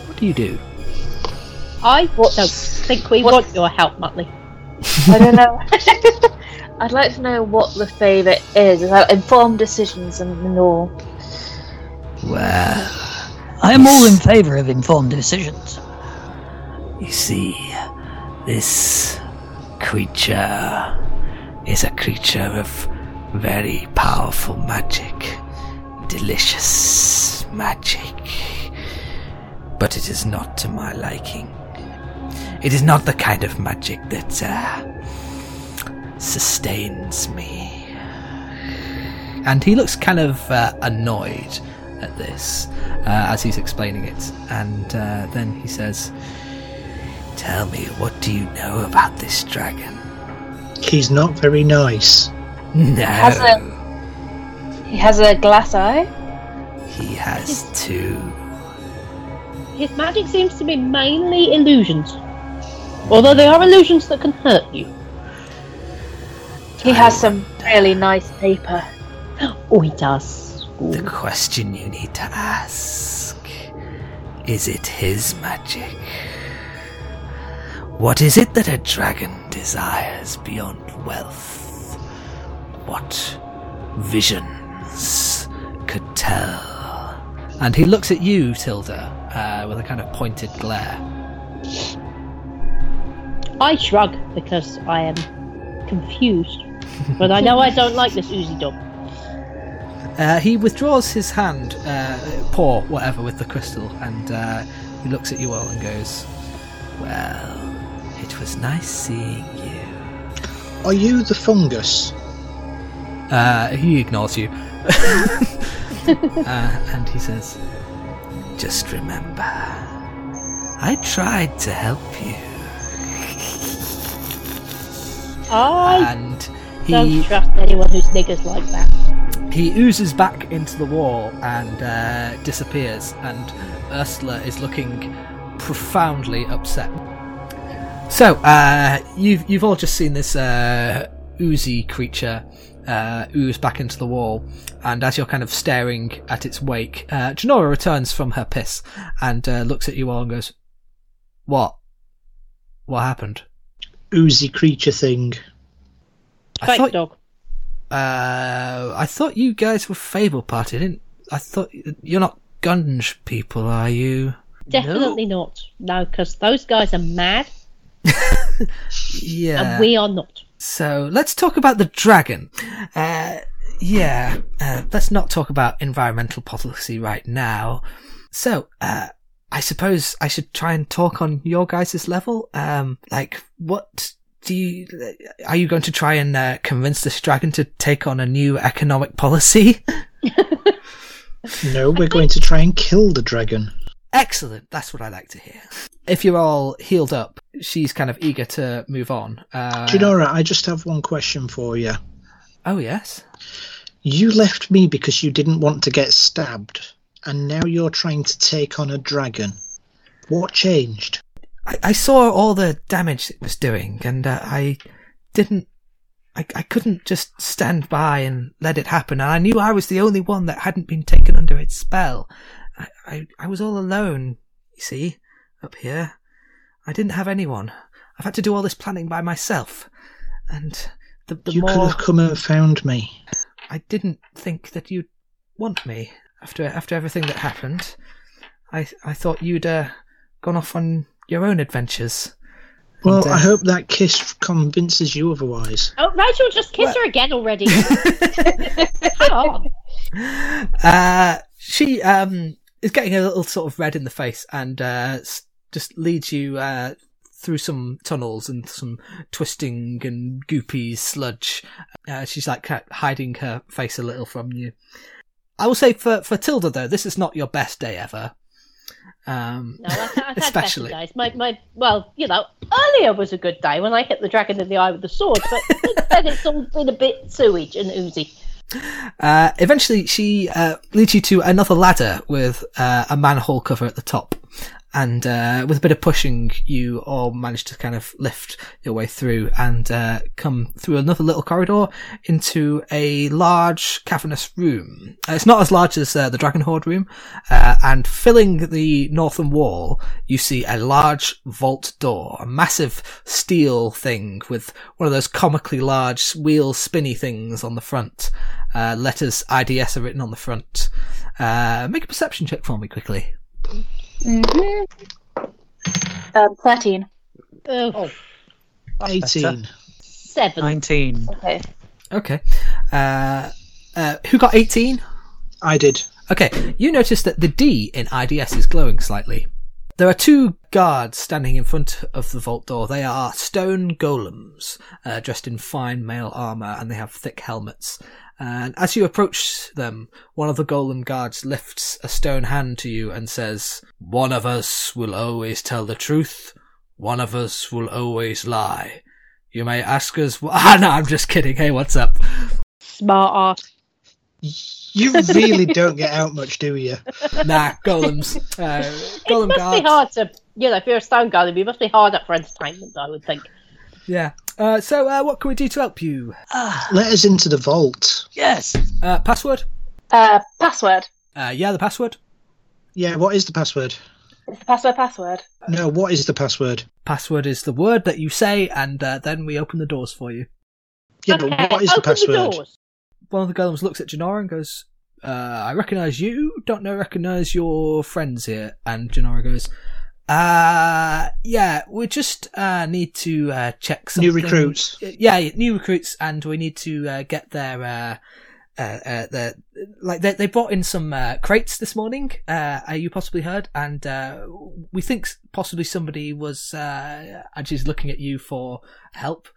Speaker 1: What do you do?
Speaker 5: I don't think we want your help, Muttley.
Speaker 6: I don't know. I'd like to know what the favour is about informed decisions and all.
Speaker 1: Well,
Speaker 4: I am all in favour of informed decisions.
Speaker 1: You see, this creature is a creature of very powerful magic, delicious magic. But it is not to my liking. It is not the kind of magic that uh, sustains me. And he looks kind of uh, annoyed at this uh, as he's explaining it. And uh, then he says, Tell me, what do you know about this dragon?
Speaker 3: He's not very nice.
Speaker 1: No.
Speaker 6: Has a- He has a glass eye.
Speaker 1: He has two.
Speaker 5: His magic seems to be mainly illusions. Although they are illusions that can hurt you.
Speaker 6: He has some really nice paper.
Speaker 5: Oh, he does.
Speaker 1: The question you need to ask is it his magic? What is it that a dragon desires beyond wealth? What visions could tell? And he looks at you, Tilda, uh, with a kind of pointed glare.
Speaker 5: I shrug because I am confused. but I know I don't like this oozy dog.
Speaker 1: Uh, he withdraws his hand, uh, paw, whatever, with the crystal, and uh, he looks at you all and goes, Well, it was nice seeing you.
Speaker 3: Are you the fungus?
Speaker 1: Uh, he ignores you. uh, and he says, Just remember, I tried to help you.
Speaker 5: I
Speaker 1: And
Speaker 5: don't
Speaker 1: he
Speaker 5: trust anyone who sniggers like that.
Speaker 1: He oozes back into the wall and uh, disappears, and Ursula is looking profoundly upset. So, uh, you've, you've all just seen this uh, oozy creature uh, ooze back into the wall, and as you're kind of staring at its wake, uh, Janora returns from her piss and uh, looks at you all and goes, What? What happened?
Speaker 3: Oozy creature thing.
Speaker 1: I
Speaker 5: Fake
Speaker 1: thought,
Speaker 5: dog.
Speaker 1: uh, I thought you guys were Fable Party, I didn't I thought you're not Gunge people, are you?
Speaker 5: Definitely not. No, because those guys are mad
Speaker 1: Yeah.
Speaker 5: and Uh, we are not.
Speaker 1: So let's talk about the dragon. Uh, yeah, uh, let's not talk about environmental policy right now. So, uh, I suppose I should try and talk on your guys' level. Um, like, what do you, are you going to try and uh, convince this dragon to take on a new economic policy?
Speaker 3: No, we're going to try and kill the dragon.
Speaker 1: Excellent. That's what I like to hear. If you're all healed up, she's kind of eager to move on. Uh,
Speaker 3: Janora, I just have one question for you.
Speaker 1: Oh, yes.
Speaker 3: You left me because you didn't want to get stabbed, and now you're trying to take on a dragon. What changed?
Speaker 1: I, I saw all the damage it was doing, and uh, I didn't. I, I couldn't just stand by and let it happen. And I knew I was the only one that hadn't been taken under its spell. I, I, I was all alone, you see, up here. I didn't have anyone. I've had to do all this planning by myself. And the, the
Speaker 3: you
Speaker 1: more.
Speaker 3: could have come and found me.
Speaker 1: I didn't think that you'd want me after after everything that happened. I I thought you'd uh, gone off on your own adventures.
Speaker 3: Well,
Speaker 1: And, uh,
Speaker 3: I hope that kiss convinces you otherwise.
Speaker 5: Oh, Rachel, just kiss her again already. Come on.
Speaker 1: Uh, she um is getting a little sort of red in the face and uh, s- just leads you uh, through some tunnels and some twisting and goopy sludge. Uh, she's like kind of hiding her face a little from you. I will say for for Tilda though, this is not your best day ever. Um,
Speaker 5: No, I've, I've had better
Speaker 1: Especially.
Speaker 5: days. My, my, well, you know, earlier was a good day when I hit the dragon in the eye with the sword, but since then it's all been a bit sewage and oozy.
Speaker 1: Uh, eventually, she uh, leads you to another ladder with uh, a manhole cover at the top. And uh, with a bit of pushing, you all manage to kind of lift your way through and uh, come through another little corridor into a large cavernous room. Uh, It's not as large as uh, the Dragon Horde room. Uh, and filling the northern wall, you see a large vault door, a massive steel thing with one of those comically large wheel spinny things on the front. Uh, letters IDS are written on the front. Uh, make a perception check for me quickly.
Speaker 6: Um, 13.
Speaker 5: Oh,
Speaker 3: 18.
Speaker 5: seven.
Speaker 4: Nineteen.
Speaker 6: Okay.
Speaker 1: Okay. Uh, uh, who got 18?
Speaker 3: I did.
Speaker 1: Okay, you notice that the D in IDS is glowing slightly. There are two guards standing in front of the vault door. They are stone golems, uh, dressed in fine mail armor, and they have thick helmets. And as you approach them, one of the golem guards lifts a stone hand to you and says, One of us will always tell the truth. One of us will always lie. You may ask us. wh- Ah, no, I'm just kidding. Hey, what's up?
Speaker 5: Smart ass.
Speaker 3: You really don't get out much, do you?
Speaker 1: Nah, golems. Uh,
Speaker 5: It
Speaker 1: golem
Speaker 5: must
Speaker 1: guards.
Speaker 5: be hard to, you know, if you're a stone golem, you must be hard up for entertainment, I would think.
Speaker 1: Yeah. Uh, so, uh, what can we do to help you?
Speaker 4: Ah,
Speaker 3: Let us into the vault.
Speaker 4: yes.
Speaker 1: Uh, password?
Speaker 6: Uh, password.
Speaker 1: Uh, yeah, the password.
Speaker 3: Yeah, what is the password?
Speaker 6: Is the password password?
Speaker 3: No, what is the password?
Speaker 1: Password is the word that you say, and uh, then we open the doors for you.
Speaker 3: Yeah,
Speaker 5: okay,
Speaker 3: but what is the
Speaker 5: open
Speaker 3: password?
Speaker 5: doors.
Speaker 1: One of the golems looks at Janora and goes, uh, "I recognise you. Don't know recognise your friends here." And Janora goes, "Uh, yeah, we just uh, need to uh, check some
Speaker 3: New recruits.
Speaker 1: Yeah, yeah, new recruits, and we need to uh, get their." Uh, uh, uh, their like they, they brought in some uh, crates this morning. Uh, uh, you possibly heard, and uh, we think s- possibly somebody was. Uh, and she's looking at you for help.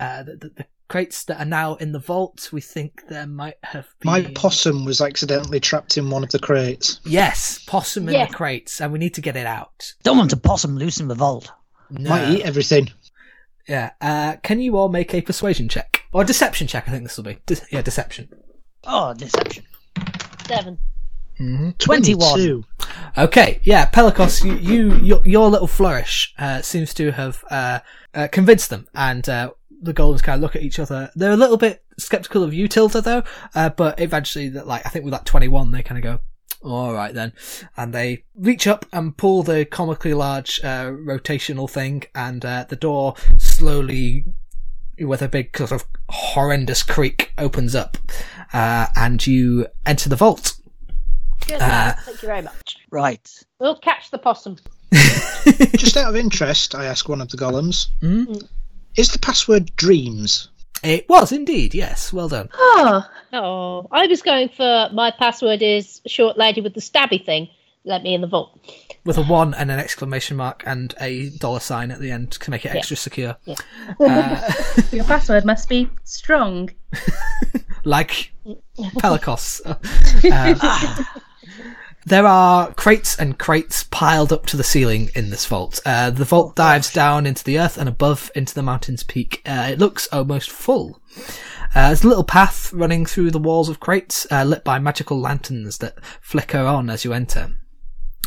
Speaker 1: Uh, the, the, the crates that are now in the vault, we think there might have been.
Speaker 3: My possum was accidentally trapped in one of the crates.
Speaker 1: Yes, possum in
Speaker 5: Yes.
Speaker 1: the crates, and we need to get it out.
Speaker 4: Don't want a possum loose in the vault.
Speaker 3: Might eat everything.
Speaker 1: Yeah. Uh, can you all make a persuasion check or deception check? I think this will be. De- yeah, deception.
Speaker 4: Oh, deception.
Speaker 5: Seven.
Speaker 1: Mm-hmm.
Speaker 4: 21.
Speaker 3: 22.
Speaker 1: Okay, yeah, Pelikos, you, you your, your little flourish uh, seems to have uh, uh, convinced them, and uh, the golems kind of look at each other. They're a little bit skeptical of you, Tilda, though, uh, but eventually, that like I think with that twenty-one, they kind of go, "All right then," and they reach up and pull the comically large uh, rotational thing, and uh, the door slowly with a big sort of horrendous creak opens up, uh, and you enter the vault.
Speaker 5: Good lad. Thank you very much.
Speaker 4: Right.
Speaker 5: We'll catch the possum.
Speaker 3: Just out of interest, I ask one of the golems.
Speaker 1: Hmm?
Speaker 3: Is the password dreams?
Speaker 1: It was indeed, yes. Well done.
Speaker 6: Oh,
Speaker 5: Oh, I was going for my password is short lady with the stabby thing. Let me in the vault.
Speaker 1: With a one and an exclamation mark and a dollar sign at the end to make it extra secure.
Speaker 6: your password must be strong.
Speaker 1: like Pelagos. Uh, there are crates and crates piled up to the ceiling in this vault. Uh, the vault dives down into the earth and above into the mountain's peak. Uh, it looks almost full. Uh, there's a little path running through the walls of crates, uh, lit by magical lanterns that flicker on as you enter.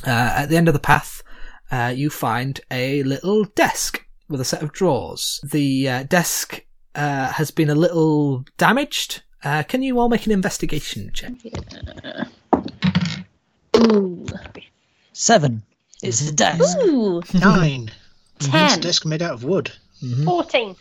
Speaker 1: Uh, at the end of the path, uh, you find a little desk with a set of drawers. The uh, desk uh, has been a little damaged. Uh, can you all make an investigation check?
Speaker 6: Ooh,
Speaker 4: Seven. It's a desk.
Speaker 6: ooh,
Speaker 3: Nine. It's a
Speaker 6: ten.
Speaker 3: desk made out of wood. Hmm?
Speaker 5: 14.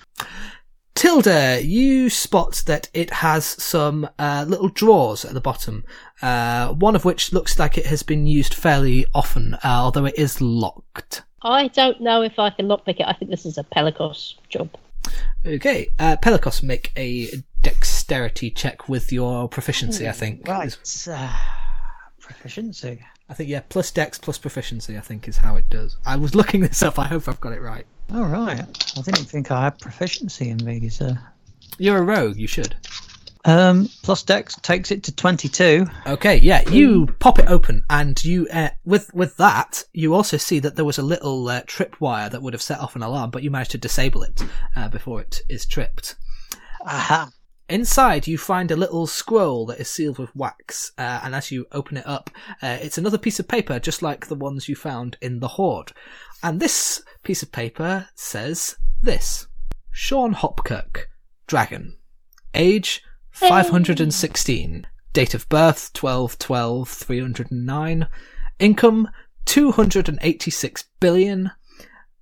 Speaker 1: Tilda, you spot that it has some uh, little drawers at the bottom, uh, one of which looks like it has been used fairly often, uh, although it is locked.
Speaker 5: I don't know if I can lockpick it. I think this is a Pelagos job.
Speaker 1: Okay, uh, Pelikos, make a dexterity check with your proficiency, I think.
Speaker 4: Right. Uh, proficiency.
Speaker 1: I think, yeah, plus dex plus proficiency, I think, is how it does. I was looking this up, I hope I've got it right.
Speaker 4: All right. I didn't think I had proficiency in these. Uh,
Speaker 1: You're a rogue, you should.
Speaker 4: um, plus dex takes it to 22.
Speaker 1: Okay, yeah, you pop it open, and you uh, with with that, you also see that there was a little uh, tripwire that would have set off an alarm, but you managed to disable it uh, before it is tripped.
Speaker 4: Aha.
Speaker 1: Inside, you find a little scroll that is sealed with wax, uh, and as you open it up, uh, it's another piece of paper, just like the ones you found in the hoard. And this piece of paper says this: Sean Hopkirk, Dragon, age 516, date of birth 12 12 309, income 286 billion,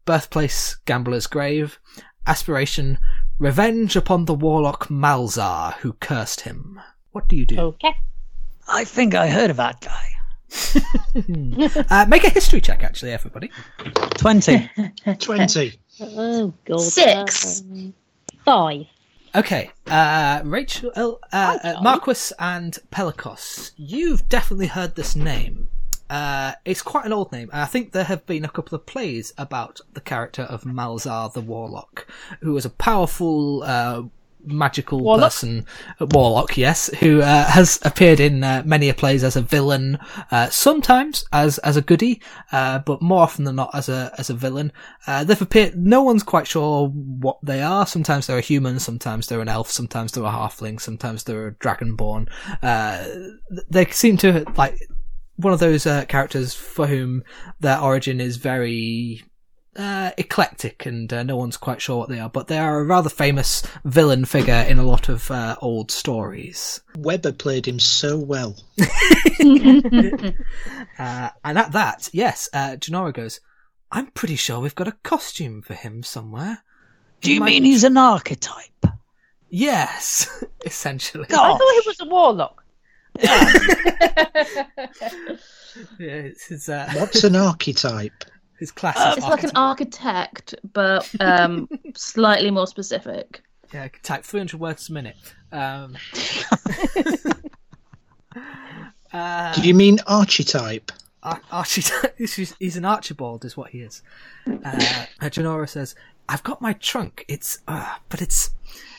Speaker 1: birthplace Gambler's Grave, aspiration Revenge upon the warlock Malzar who cursed him. What do you do?
Speaker 5: Okay.
Speaker 4: I think I heard of that guy.
Speaker 1: Uh, make a history check, actually, everybody.
Speaker 4: 20.
Speaker 3: Twenty.
Speaker 5: Oh, God.
Speaker 6: Six.
Speaker 5: Um, Five.
Speaker 1: Okay, uh, Rachel, uh, uh, Marquis, and Pelikos. You've definitely heard this name. Uh, it's quite an old name. and I think there have been a couple of plays about the character of Malzar the Warlock, who was a powerful uh, magical person, uh, warlock, yes, who uh, has appeared in uh, many a plays as a villain, uh, sometimes as as a goody, uh, but more often than not as a as a villain. Uh, they've appeared. No one's quite sure what they are. Sometimes they're a human, sometimes they're an elf, sometimes they're a halfling, sometimes they're a dragonborn. Uh, th- they seem to like one of those uh, characters for whom their origin is very uh, eclectic and uh, no one's quite sure what they are, but they are a rather famous villain figure in a lot of uh, old stories.
Speaker 3: Weber played him so well.
Speaker 1: Uh, and at that, yes, uh, Janora goes, I'm pretty sure we've got a costume for him somewhere.
Speaker 4: Do you
Speaker 1: Might-
Speaker 4: mean he's an archetype?
Speaker 1: Yes, essentially.
Speaker 5: I
Speaker 4: God.
Speaker 5: thought it was a warlock.
Speaker 1: Yeah, it's his, uh,
Speaker 3: What's an archetype?
Speaker 1: his classic
Speaker 6: It's like an architect, but um, slightly more specific.
Speaker 1: Yeah, I could type 300 words a minute. Um, uh,
Speaker 3: Do you mean archetype?
Speaker 1: Ar- Archie, he's, he's an Archibald, is what he is. Uh, Janora says, "I've got my trunk. It's, uh, but it's,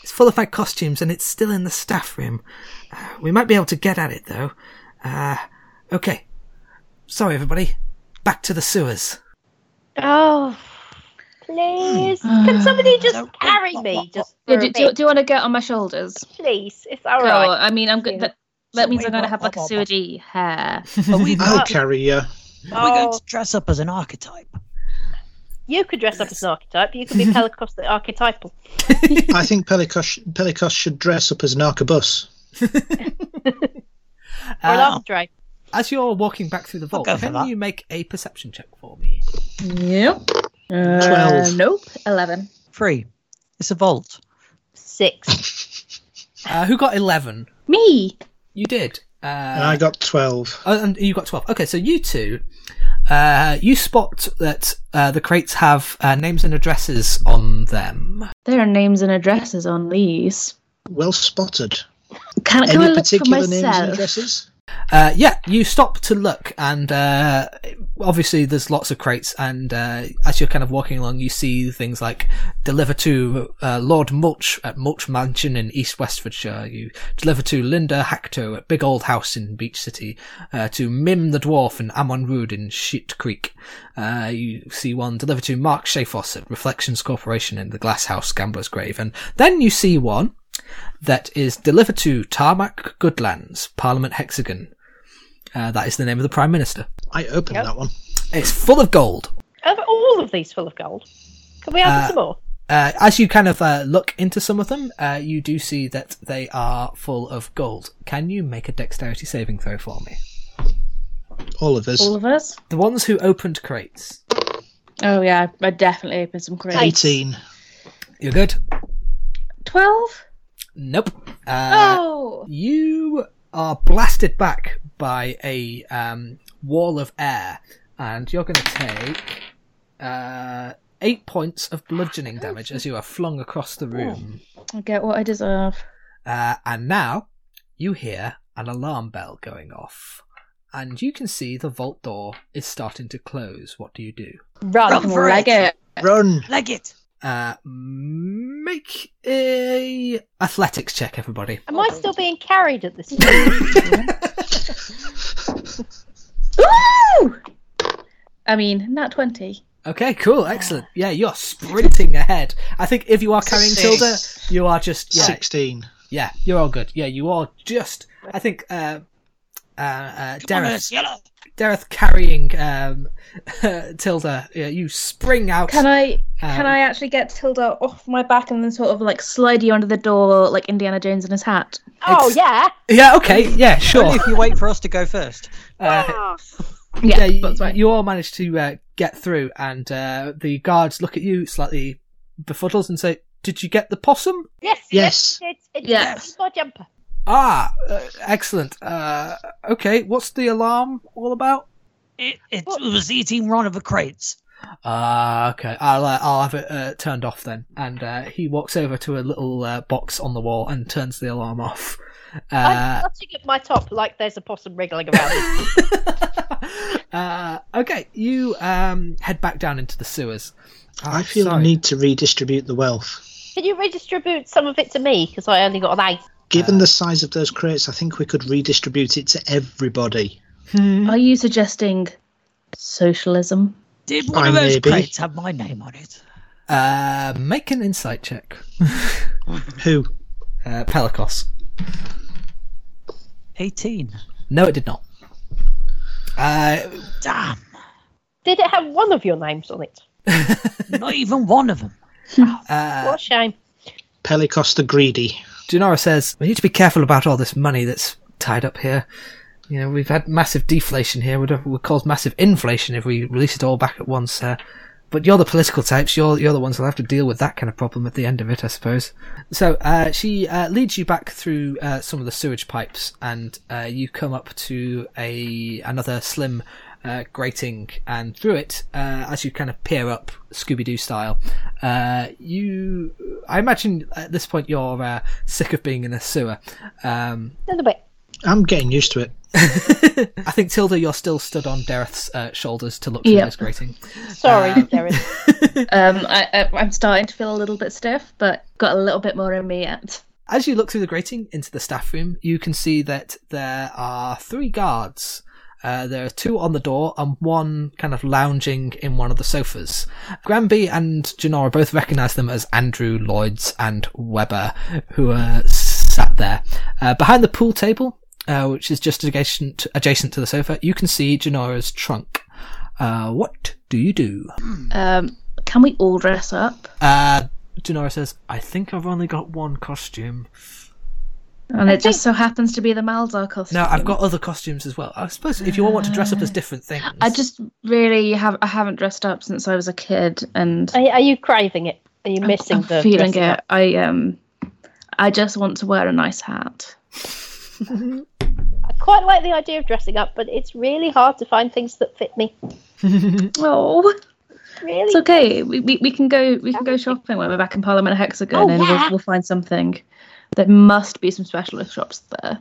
Speaker 1: it's full of my costumes, and it's still in the staff room. Uh, we might be able to get at it though. Uh, okay. Sorry, everybody. Back to the sewers.
Speaker 5: Oh, please.
Speaker 3: Hmm.
Speaker 5: Can somebody just
Speaker 4: no.
Speaker 5: carry me? Just for
Speaker 6: Yeah,
Speaker 5: a
Speaker 6: do, do,
Speaker 5: bit,
Speaker 6: do you want to get on my shoulders?
Speaker 5: please. It's all
Speaker 6: Go.
Speaker 5: right.
Speaker 6: I mean, I'm good.
Speaker 5: Yeah.
Speaker 6: That, that means
Speaker 4: wait,
Speaker 6: I'm going to
Speaker 4: what-
Speaker 6: have like a
Speaker 4: what- what-
Speaker 6: sewedy hair.
Speaker 4: Are we,
Speaker 3: I'll
Speaker 4: going,
Speaker 3: carry you.
Speaker 4: are we going
Speaker 5: Oh.
Speaker 4: to dress up as an archetype?
Speaker 5: You could dress up as an archetype. You could be Pelagos the archetypal.
Speaker 3: I think Pelikos, Pelikos should dress up as an arquebus.
Speaker 5: Or
Speaker 3: Oh.
Speaker 5: an
Speaker 1: Uh,
Speaker 5: archetype.
Speaker 1: as you're walking back through the vault,
Speaker 4: go for
Speaker 1: can
Speaker 4: that.
Speaker 1: you make a perception check for me?
Speaker 6: Yep. Uh,
Speaker 3: Twelve.
Speaker 6: Nope. Eleven.
Speaker 4: Three. It's a vault.
Speaker 5: Six.
Speaker 1: Uh, who got eleven?
Speaker 6: Me.
Speaker 1: You did. Uh,
Speaker 3: and I got 12.
Speaker 1: Oh, and you got 12. Okay, so you two, uh, you spot that uh, the crates have uh, names and addresses on them.
Speaker 6: There are names and addresses on these.
Speaker 3: Well spotted.
Speaker 6: Can, can I
Speaker 3: Any
Speaker 6: look for
Speaker 3: particular names and
Speaker 6: myself?
Speaker 3: addresses?
Speaker 1: Uh, yeah, you stop to look, and uh, obviously there's lots of crates. And uh, as you're kind of walking along, you see things like deliver to uh, Lord Mulch at Mulch Mansion in East Westfordshire. You deliver to Linda Hacto at Big Old House in Beach City. Uh, to Mim the Dwarf and Amon Rood in Sheet Creek. Uh, you see one delivered to Mark Shafos at Reflections Corporation in the Glass House Gambler's Grave, and then you see one. That is delivered to Tarmac Goodlands, Parliament Hexagon, uh, that is the name of the prime minister.
Speaker 3: I opened that one.
Speaker 1: It's full of gold.
Speaker 5: Are all of these full of gold? Can we add
Speaker 1: Uh,
Speaker 5: some more?
Speaker 1: Uh, as you kind of uh, look into some of them, uh, you do see that they are full of gold. Can you make a dexterity saving throw for me?
Speaker 3: All of us.
Speaker 6: All of us?
Speaker 1: The ones who opened crates.
Speaker 6: Oh yeah, I definitely opened some crates.
Speaker 3: 18.
Speaker 1: You're good.
Speaker 6: Twelve?
Speaker 1: Nope. Uh,
Speaker 6: Oh.
Speaker 1: You are blasted back by a um, wall of air, and you're going to take uh, eight points of bludgeoning damage as you are flung across the room.
Speaker 6: I get what I deserve.
Speaker 1: Uh, and now you hear an alarm bell going off, and you can see the vault door is starting to close. What do you do?
Speaker 5: Run.
Speaker 4: Run for
Speaker 6: Leg
Speaker 4: it.
Speaker 6: it.
Speaker 3: Run!
Speaker 4: Leg it.
Speaker 1: Uh, make a athletics check, everybody.
Speaker 5: Am
Speaker 6: oh,
Speaker 5: I still being carried at this point?
Speaker 6: Woo! I mean, not twenty.
Speaker 1: Okay, cool, excellent. Yeah, you're sprinting ahead. I think if you are carrying
Speaker 3: Six.
Speaker 1: Tilda, you are just yeah,
Speaker 3: 16.
Speaker 1: yeah, you're all good. Yeah, you are just. I think uh, uh, uh,
Speaker 4: Come on,
Speaker 1: Dareth,
Speaker 4: Ursula.
Speaker 1: Dareth carrying um, Tilda. Yeah, you spring out.
Speaker 6: Can I
Speaker 1: um,
Speaker 6: can I actually get Tilda off my back and then sort of like slide you under the door like Indiana Jones in his hat?
Speaker 5: oh yeah.
Speaker 1: Yeah, okay, yeah, sure.
Speaker 4: Only if you wait for us to go first.
Speaker 1: Uh,
Speaker 6: Ah. Yeah,
Speaker 1: you,
Speaker 6: that's right.
Speaker 1: you all manage to uh, get through, and uh, the guards look at you slightly befuddled and say, "Did you get the possum?"
Speaker 5: Yes.
Speaker 3: Yes.
Speaker 5: It's, it's,
Speaker 6: Yes.
Speaker 5: it's my jumper.
Speaker 1: Ah, uh, excellent. Uh, okay, what's the alarm all about?
Speaker 4: It, it was eating one of the crates.
Speaker 1: Ah, okay. I'll uh, I'll have it uh, turned off then. And uh, he walks over to a little uh, box on the wall and turns the alarm off. Uh,
Speaker 5: I'm clutching at my top like there's a possum wriggling around. me.
Speaker 1: uh, okay, you um, head back down into the sewers. Ah,
Speaker 3: I feel
Speaker 1: sorry.
Speaker 3: the need to redistribute the wealth.
Speaker 5: Can you redistribute some of it to me? Because I only got an eight.
Speaker 6: Uh.
Speaker 3: Given the size of those crates, I think we could redistribute it to everybody.
Speaker 6: Are you suggesting socialism?
Speaker 4: Did one
Speaker 3: Fine,
Speaker 4: of those
Speaker 3: maybe.
Speaker 4: crates have my name on it?
Speaker 1: Uh, make an insight check.
Speaker 3: Who?
Speaker 1: Uh, Pelikos.
Speaker 4: 18.
Speaker 1: No, it did not. Uh,
Speaker 4: Damn.
Speaker 5: Did it have one of your names on it?
Speaker 4: Not even one of them.
Speaker 5: what a shame.
Speaker 3: Pelikos the Greedy.
Speaker 1: Dunara says, we need to be careful about all this money that's tied up here. You know, we've had massive deflation here. We'd, we'd cause massive inflation if we release it all back at once. Uh, but you're the political types. You're, you're the ones who'll have to deal with that kind of problem at the end of it, I suppose. So uh, she uh, leads you back through uh, some of the sewage pipes, and uh, you come up to a another slim uh, grating, and through it, uh, as you kind of peer up, Scooby Doo style, uh, you, I imagine at this point you're uh, sick of being in a sewer. Um,
Speaker 5: A little bit.
Speaker 3: I'm getting used to it.
Speaker 1: I think Tilda, you're still stood on Dareth's uh, shoulders to look through
Speaker 6: Yeah.
Speaker 1: this grating.
Speaker 5: Sorry, there is.
Speaker 6: Um, I, I, I'm starting to feel a little bit stiff, but got a little bit more in me yet.
Speaker 1: As you look through the grating into the staff room, you can see that there are three guards. Uh, there are two on the door and one kind of lounging in one of the sofas. Granby and Janora both recognise them as Andrew Lloyds and Weber, who are sat there. Uh, behind the pool table, uh, which is just adjacent, adjacent to the sofa, you can see Janora's trunk. Uh, what do you do?
Speaker 6: Um, can we all dress up?
Speaker 1: Uh, Janora says, I think I've only got one costume.
Speaker 6: And it just so happens to be the Maldar costume.
Speaker 1: No, I've got other costumes as well. I suppose if you all want to dress up as different things.
Speaker 6: I just really have. I haven't dressed up since I was a kid, and
Speaker 5: Are, are you craving it? Are you missing
Speaker 6: I'm
Speaker 5: the
Speaker 6: feeling
Speaker 5: dressing
Speaker 6: it.
Speaker 5: up?
Speaker 6: I um, I just want to wear a nice hat.
Speaker 5: I quite like the idea of dressing up, but it's really hard to find things that fit me.
Speaker 6: Oh,
Speaker 5: Really?
Speaker 6: it's okay. We, we, we can go we can go shopping when we're back in Parliament Hexagon,
Speaker 5: Oh,
Speaker 6: and
Speaker 5: yeah.
Speaker 6: we'll, we'll find something. There must be some specialist shops there.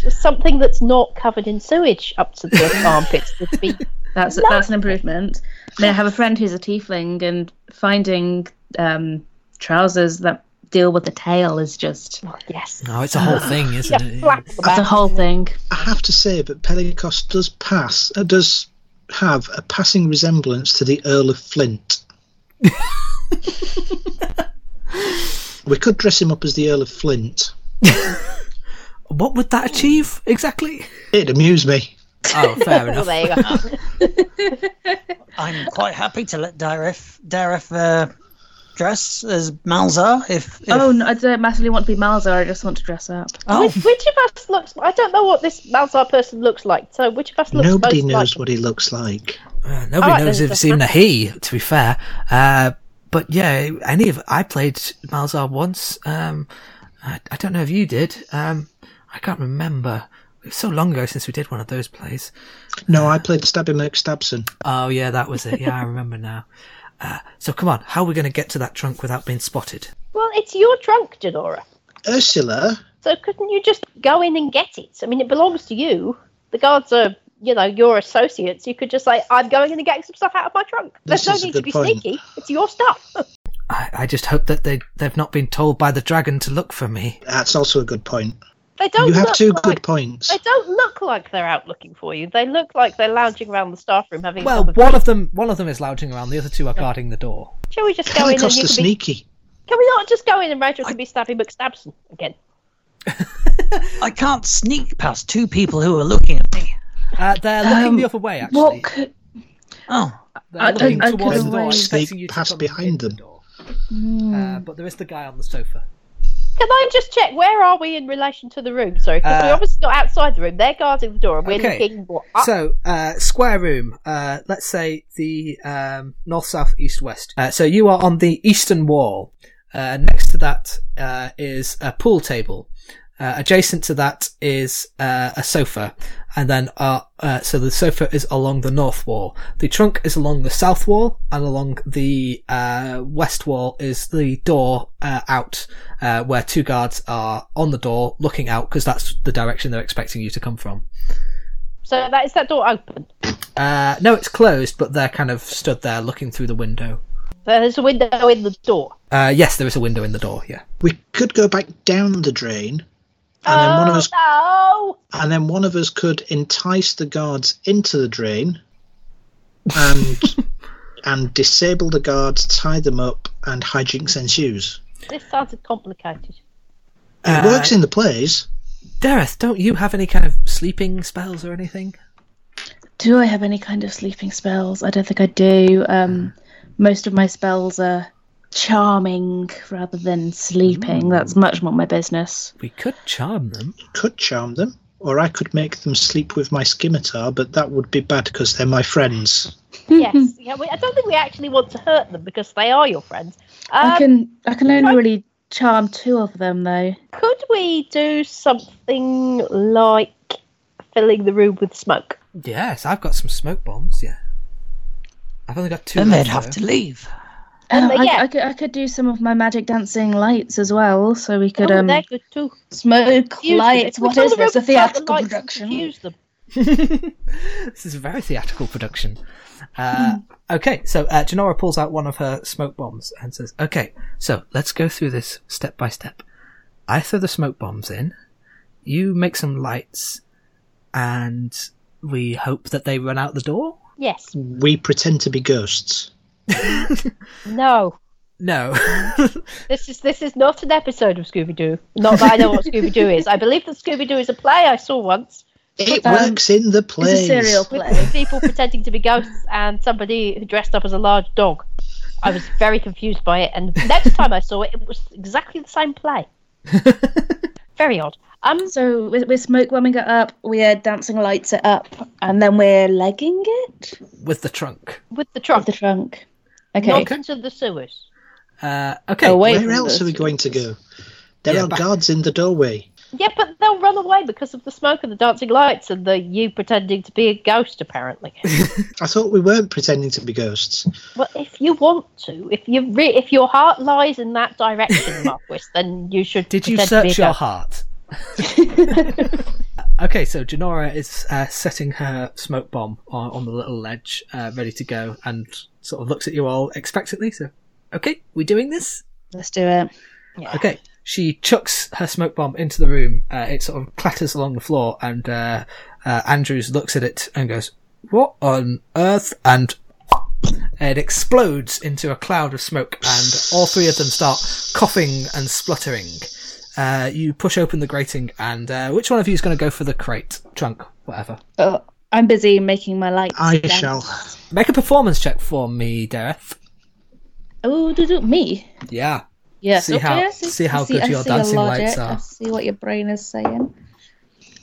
Speaker 5: Just something that's not covered in sewage up to the armpits would be
Speaker 6: That's that's an improvement. I mean, I have a friend who's a tiefling, and finding um, trousers that deal with the tail is just
Speaker 5: oh, yes.
Speaker 1: No, it's a whole thing, isn't it?
Speaker 5: Flat the
Speaker 6: that's a
Speaker 5: back.
Speaker 6: whole thing.
Speaker 3: I have to say, but Pelikos does pass, uh, does have a passing resemblance to the Earl of Flint. we could dress him up as the Earl of Flint.
Speaker 1: What would that achieve exactly?
Speaker 3: It'd amuse me.
Speaker 1: Oh, fair
Speaker 5: Well,
Speaker 1: enough.
Speaker 5: there you go.
Speaker 4: I'm quite happy to let Darif Darif uh, dress as Malzar if, if
Speaker 6: Oh, no, I don't massively want to be Malzar. I just want to dress up.
Speaker 4: oh
Speaker 5: Which, which of us looks? I don't know what this Malzar person looks like. So which of us looks
Speaker 3: Nobody
Speaker 5: most
Speaker 3: knows
Speaker 5: like?
Speaker 3: what he looks like.
Speaker 1: Uh, nobody
Speaker 5: Alright,
Speaker 1: knows
Speaker 5: then,
Speaker 1: if it's
Speaker 5: so-
Speaker 1: even a he, to be fair. Uh, but yeah, any of I played Malzar once. Um, I, I don't know if you did. Um, I can't remember. It's so long ago since we did one of those plays.
Speaker 3: No, I played Stabby McStabson.
Speaker 1: Oh yeah, that was it. Yeah, I remember now. Uh, so come on, how are we going to get to that trunk without being spotted?
Speaker 5: Well, it's your trunk, Janora.
Speaker 3: Ursula,
Speaker 5: So couldn't you just go in and get it? I mean, it belongs to you. The guards are, you know, your associates. You could just say, "I'm going in and getting some stuff out of my trunk." There's
Speaker 3: This
Speaker 5: no
Speaker 3: is a
Speaker 5: need to
Speaker 3: good
Speaker 5: be
Speaker 3: point.
Speaker 5: sneaky. It's your stuff.
Speaker 1: I, I just hope that they they've not been told by the dragon to look for me.
Speaker 3: that's also a good point.
Speaker 5: They don't.
Speaker 3: you have
Speaker 5: look
Speaker 3: two
Speaker 5: like,
Speaker 3: good points.
Speaker 5: They don't look like they're out looking for you. They look like they're lounging around the staff room having. a
Speaker 1: Well,
Speaker 5: cup of
Speaker 1: one
Speaker 5: tea.
Speaker 1: of them one of them is lounging around. The other two are guarding the door.
Speaker 5: Shall we just go in and
Speaker 3: Pelikos
Speaker 5: you
Speaker 3: the
Speaker 5: can be?
Speaker 3: sneaky.
Speaker 5: Can we not just go in and Rachel can be Stabby McStabson again?
Speaker 4: I can't sneak past two people who are looking at me.
Speaker 1: Uh, they're looking
Speaker 6: Um,
Speaker 1: the other way. Actually,
Speaker 6: What could
Speaker 4: Oh,
Speaker 1: They're
Speaker 6: I-
Speaker 1: looking
Speaker 6: I- I
Speaker 1: towards
Speaker 6: could
Speaker 1: the door,
Speaker 6: always-
Speaker 1: expecting
Speaker 3: Sneak
Speaker 1: you to
Speaker 3: past
Speaker 1: come in
Speaker 3: behind
Speaker 1: the
Speaker 3: them.
Speaker 1: door. Uh, but there is the guy on the sofa.
Speaker 5: Can I just check where are we in relation to the room? Sorry, because
Speaker 1: Uh,
Speaker 5: we're obviously not outside the room. They're guarding the door, and we're
Speaker 1: Okay.
Speaker 5: looking what, up.
Speaker 1: So, uh, square room. Uh, let's say the um, north, south, east, west. Uh, so you are on the eastern wall. Uh, next to that uh, is a pool table. Uh, adjacent to that is uh, a sofa, and then uh, uh, so the sofa is along the north wall. The trunk is along the south wall, and along the uh, west wall is the door uh, out, uh, where two guards are on the door looking out because that's the direction they're expecting you to come from.
Speaker 5: so that is that door open?
Speaker 1: Uh, no, it's closed, but they're kind of stood there looking through the window.
Speaker 5: So there's a window in the door.
Speaker 1: Uh, yes, there is a window in the door, yeah.
Speaker 3: We could go back down the drain, and then one of
Speaker 5: Oh
Speaker 3: us
Speaker 5: no!
Speaker 3: and then one of us could entice the guards into the drain and and disable the guards, tie them up, and hijinks ensues.
Speaker 5: This sounded complicated.
Speaker 3: It works in the plays.
Speaker 1: Dareth, don't you have any kind of sleeping spells or anything?
Speaker 6: do I have any kind of sleeping spells? I don't think I do. Um, most of my spells are charming rather than sleeping. That's much more my business.
Speaker 1: We could charm them.
Speaker 3: Could charm them, or I could make them sleep with my scimitar, but that would be bad because they're my friends.
Speaker 5: yes, yeah. We, I don't think we actually want to hurt them because they are your friends. Um,
Speaker 6: I can I can only
Speaker 5: I- Oh,
Speaker 6: really charm two of them though.
Speaker 5: Could we do something like filling the room with smoke?
Speaker 1: Yes, I've got some smoke bombs, yeah. I've only got two.
Speaker 4: then they'd
Speaker 1: left,
Speaker 4: have
Speaker 1: though.
Speaker 4: to leave.
Speaker 6: Um,
Speaker 5: they-
Speaker 6: I,
Speaker 5: yeah.
Speaker 6: I could I could do some of my magic dancing lights as well, so we could
Speaker 5: oh,
Speaker 6: um
Speaker 5: they're good too.
Speaker 6: smoke
Speaker 5: Use them.
Speaker 6: lights.
Speaker 5: If we
Speaker 6: What
Speaker 5: fill
Speaker 6: is
Speaker 5: the room
Speaker 6: this? A
Speaker 5: with smoke and
Speaker 6: theatrical
Speaker 5: lights, we
Speaker 6: production?
Speaker 5: could Use them.
Speaker 1: this is a very theatrical production. Uh, okay, so uh, Janora pulls out one of her smoke bombs and says, "Okay, so let's go through this step by step. I throw the smoke bombs in, you make some lights, and we hope that they run out the door."
Speaker 5: Yes.
Speaker 3: We pretend to be ghosts.
Speaker 5: No.
Speaker 1: No,
Speaker 5: This is this is not an episode of Scooby Doo. Not that I know what Scooby Doo is. I believe that Scooby Doo is a play I saw once
Speaker 3: It
Speaker 6: Um,
Speaker 3: works in the
Speaker 6: It's a
Speaker 3: plays.
Speaker 6: serial
Speaker 5: with
Speaker 6: play.
Speaker 5: people pretending to be ghosts and somebody who dressed up as a large dog. I was very confused by it, and next time I saw it, it was exactly the same play. very odd. Um,
Speaker 6: So we're, we're smoke bombing it up. We're dancing lights it up, and then we're legging it
Speaker 1: with the trunk.
Speaker 5: with the
Speaker 6: from
Speaker 5: trunk,
Speaker 6: the trunk.
Speaker 5: not
Speaker 6: Okay.
Speaker 5: to the sewers.
Speaker 1: Uh, okay,
Speaker 6: Away
Speaker 3: Where
Speaker 6: from
Speaker 3: else
Speaker 6: the
Speaker 3: are we going to go? There
Speaker 1: Yeah,
Speaker 3: are
Speaker 1: back-
Speaker 3: guards in the doorway.
Speaker 2: Yeah, but they'll run away because of the smoke and the dancing lights and the you pretending to be a ghost, apparently.
Speaker 3: I thought we weren't pretending to be ghosts.
Speaker 2: well, if you want to, if you re- if your heart lies in that direction, Marquis, then you should.
Speaker 1: Did you
Speaker 2: pretend to be a
Speaker 1: search your
Speaker 2: ghost.
Speaker 1: heart? okay, so Janora is uh, setting her smoke bomb on, on the little ledge, uh, ready to go, and sort of looks at you all expectantly. So, okay, we doing this?
Speaker 6: Let's do it.
Speaker 1: Okay. She chucks her smoke bomb into the room. Uh, it sort of clatters along the floor, and uh, uh, Andrews looks at it and goes, "What on earth?" And it explodes into a cloud of smoke, and all three of them start coughing and spluttering. Uh, you push open the grating, and uh, which one of you is going to go for the crate, trunk, whatever?
Speaker 6: Oh, I'm busy making my lights.
Speaker 3: I
Speaker 6: down.
Speaker 3: shall.
Speaker 1: Make a performance check for me, Dareth.
Speaker 6: Oh, do do me.
Speaker 1: Yeah.
Speaker 6: Yes.
Speaker 1: See
Speaker 6: okay,
Speaker 1: how-
Speaker 6: I
Speaker 1: see how
Speaker 6: I
Speaker 1: good your
Speaker 6: I see your
Speaker 1: dancing
Speaker 6: logic,
Speaker 1: lights are.
Speaker 6: I see what your brain is saying.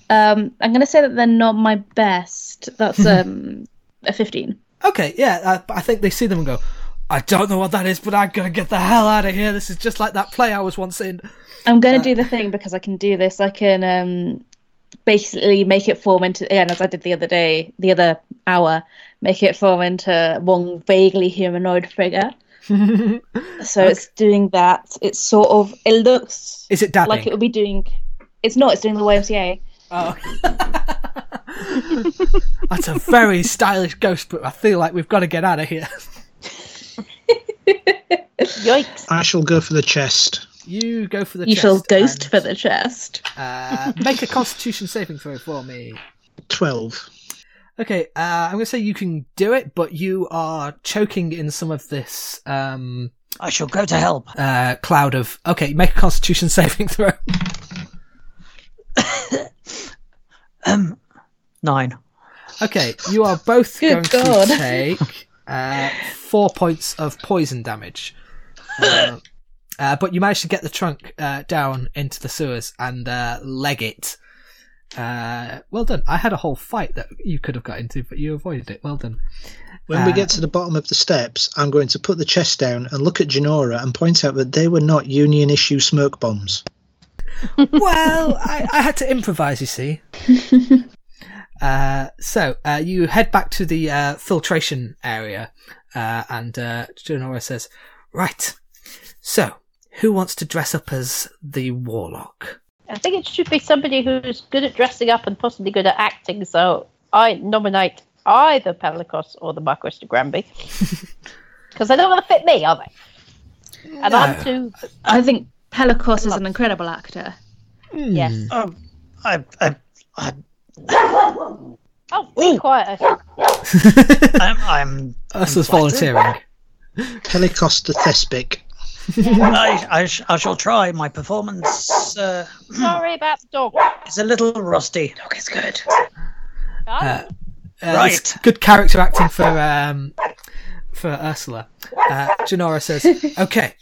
Speaker 6: Um, I'm gonna say that they're not my best. That's um a 15.
Speaker 1: Okay, yeah, I, I think they see them and go, I don't know what that is, but I'm going to get the hell out of here. This is just like that play I was once in.
Speaker 6: I'm gonna do the
Speaker 1: Uh.
Speaker 6: thing because I can do this. I can um basically make it form into again as I did the other day, the other hour, make it form into one vaguely humanoid figure. so it's doing that. It's sort of it looks
Speaker 1: Is it dabbing?
Speaker 6: like it would be doing. It's not. It's doing the YMCA.
Speaker 1: Oh. That's a very stylish ghost, but I feel like we've got to get out of here.
Speaker 2: Yikes!
Speaker 3: I shall go for the chest.
Speaker 1: You go for the
Speaker 6: You
Speaker 1: chest
Speaker 6: shall ghost
Speaker 1: and,
Speaker 6: for the chest.
Speaker 1: uh, make a constitution saving throw for me.
Speaker 3: 12.
Speaker 1: Okay, uh, I'm going to say you can do it, but you are choking in some of this um,
Speaker 4: I shall go to help.
Speaker 1: uh, cloud of. Okay, make a constitution saving throw.
Speaker 4: Um, nine.
Speaker 1: Okay, you are both going
Speaker 6: Good God.
Speaker 1: to take uh, four points of poison damage. Uh, uh, but you managed to get the trunk uh, down into the sewers and uh, leg it. Uh, well done. I had a whole fight that you could have got into, but you avoided it. Well done.
Speaker 3: When we get to the bottom of the steps, I'm going to put the chest down and look at Janora and point out that they were not union issue smoke bombs.
Speaker 1: well, I, I had to improvise, you see. Uh, so uh, you head back to the uh, filtration area, uh, and uh, Janora says, "Right. So, who wants to dress up as the warlock?"
Speaker 2: I think it should be somebody who's good at dressing up and possibly good at acting. So I nominate either Pelagos or the Marquis de Granby because they don't want to fit me, are they? And I'm too.
Speaker 6: I think Pelagos is an incredible actor.
Speaker 2: Yes.
Speaker 4: Um, I, I, I,
Speaker 2: Oh, be quiet.
Speaker 4: I'm, I'm,
Speaker 1: Us as volunteering.
Speaker 3: Helicos the Thespic.
Speaker 4: I, I, sh- I shall try. My performance uh,
Speaker 2: Sorry about the dog.
Speaker 4: is a little rusty.
Speaker 6: Look, it's good.
Speaker 2: Oh,
Speaker 1: Uh,
Speaker 4: Right.
Speaker 1: it's Good character acting for um, for Ursula. Uh, Janora says, "Okay,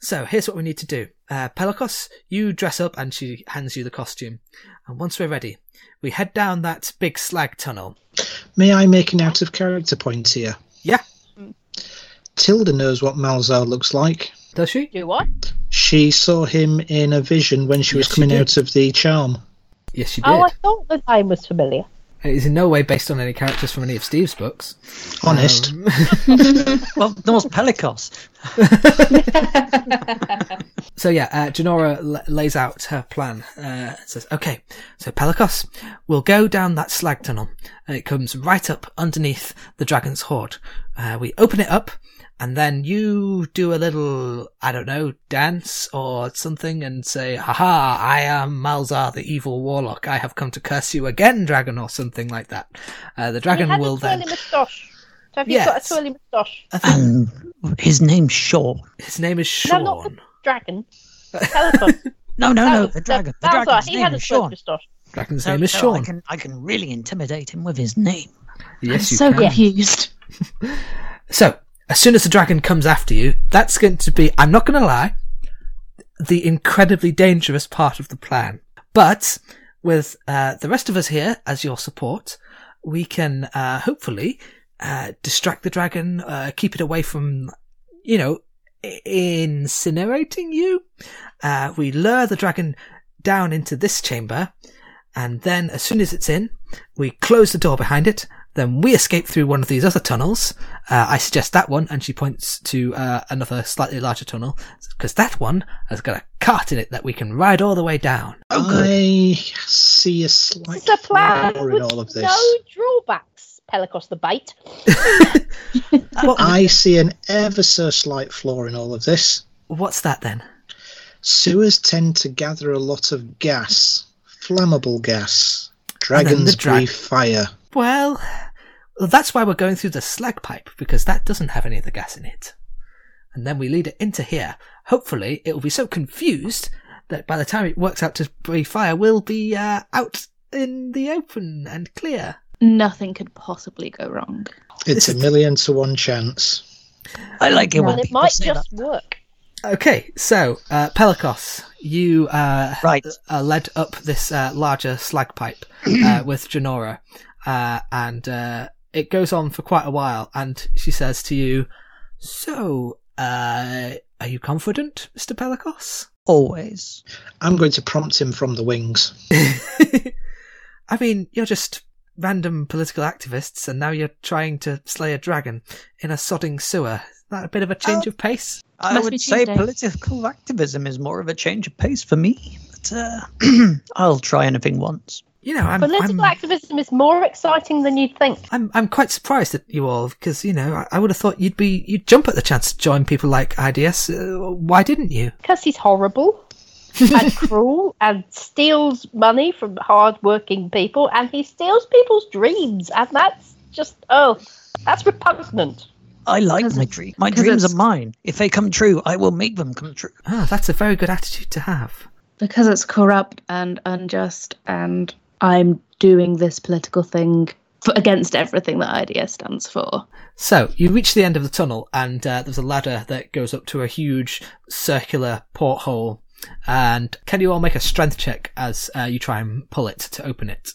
Speaker 1: so here's what we need to do. Uh, Pelagos, you dress up, and she hands you the costume. And once we're ready, we head down that big slag tunnel.
Speaker 3: May I make an out of character point here?
Speaker 1: Yeah,
Speaker 3: Tilda knows what Malzar looks like.
Speaker 1: does she?
Speaker 2: do what?
Speaker 3: She saw him in a vision when she was
Speaker 1: Yes, she
Speaker 3: coming
Speaker 1: did.
Speaker 3: out of the charm.
Speaker 1: Yes, she did.
Speaker 2: Oh, I thought the name was familiar.
Speaker 1: It is in no way based on any characters from any of Steve's books.
Speaker 3: Honest.
Speaker 1: Oh,
Speaker 4: Well, there was Pelikos.
Speaker 1: So yeah, uh, Janora l- lays out her plan. Uh, says, "Okay, so Pelagos, we'll go down that slag tunnel, and it comes right up underneath the dragon's hoard. Uh, we open it up, and then you do a little, I don't know, dance or something, and say, "Ha ha! I am Malzar, the evil warlock. I have come to curse you again, dragon," or something like that. Uh, the
Speaker 2: You
Speaker 1: dragon
Speaker 2: had
Speaker 1: will
Speaker 2: a twirly
Speaker 1: then.
Speaker 2: moustache. So have you
Speaker 1: Yes.
Speaker 2: got a twirly moustache?
Speaker 4: And his name's Shaw.
Speaker 1: His name is
Speaker 2: No,
Speaker 1: Sean.
Speaker 2: not the dragon. Pelagos.
Speaker 4: No, no, no,
Speaker 2: was
Speaker 4: the dragon. The
Speaker 2: Balzar,
Speaker 4: dragon's
Speaker 2: he
Speaker 4: name
Speaker 2: had a
Speaker 4: is
Speaker 2: twirly
Speaker 4: Sean.
Speaker 2: moustache.
Speaker 1: Dragon's
Speaker 4: So-
Speaker 1: name is
Speaker 4: so I
Speaker 1: Sean.
Speaker 4: can, I can really intimidate him with his name.
Speaker 1: Yes, you
Speaker 6: so
Speaker 1: can.
Speaker 6: confused.
Speaker 1: So, as soon as the dragon comes after you, that's going to be, I'm not going to lie, the incredibly dangerous part of the plan. But with uh, the rest of us here as your support, we can uh, hopefully uh, distract the dragon, uh, keep it away from, you know, i- incinerating you. Uh, we lure the dragon down into this chamber, and then as soon as it's in, we close the door behind it. Then we escape through one of these other tunnels. Uh, I suggest that one, and she points to uh, another slightly larger tunnel because that one has got a cart in it that we can ride all the way down.
Speaker 4: Oh,
Speaker 3: I see a slight
Speaker 5: It's a plan
Speaker 3: flaw in
Speaker 5: with
Speaker 3: all of this.
Speaker 5: no drawbacks. Pelicos the bite.
Speaker 3: I see an ever so slight flaw in all of this.
Speaker 1: What's that then?
Speaker 3: Sewers tend to gather a lot of gas, flammable gas.
Speaker 1: then the
Speaker 3: Dragons
Speaker 1: drag-
Speaker 3: breathe fire.
Speaker 1: Well, that's why we're going through the slag pipe because that doesn't have any of the gas in it. And then we lead it into here. Hopefully, it will be so confused that by the time it works out to breathe fire, we'll be uh, out in the open and clear.
Speaker 8: Nothing could possibly go wrong.
Speaker 3: It's a million to one chance.
Speaker 4: I like it when
Speaker 5: and it
Speaker 4: people
Speaker 5: might
Speaker 4: say
Speaker 5: just
Speaker 4: that.
Speaker 5: work.
Speaker 1: Okay, so uh, Pelikos, you uh,
Speaker 4: Right.
Speaker 1: uh, led up this uh, larger slag pipe uh, with Janora, uh, and uh, it goes on for quite a while. And she says to you, "So, uh, are you confident, Mister Pelikos?"
Speaker 4: Always.
Speaker 3: I'm going to prompt him from the wings.
Speaker 1: I mean, you're just random political activists, and now you're trying to slay a dragon in a sodding sewer. Is that a bit of a change of pace?
Speaker 4: I
Speaker 8: Must be
Speaker 4: would say
Speaker 8: Tuesday.
Speaker 4: political activism is more of a change of pace for me, but uh, I'll try anything once.
Speaker 1: You know, I'm, I'm,
Speaker 5: Political activism is more exciting than you'd think.
Speaker 1: I'm I'm quite surprised at you all because you know I, I would have thought you'd be you'd jump at the chance to join people like IDS. Uh, why didn't you?
Speaker 5: Because he's horrible and cruel and steals money from hard-working people and he steals people's dreams and that's just, oh, that's repugnant.
Speaker 4: I like my dream. My
Speaker 8: because
Speaker 4: dreams
Speaker 8: it's-
Speaker 4: are mine. If they come true, I will make them come true.
Speaker 1: Ah, that's a very good attitude to have.
Speaker 8: Because it's corrupt and unjust, and I'm doing this political thing for, against everything that IDS stands for.
Speaker 1: So you reach the end of the tunnel, and uh, there's a ladder that goes up to a huge circular porthole. And can you all make a strength check as uh, you try and pull it to open it?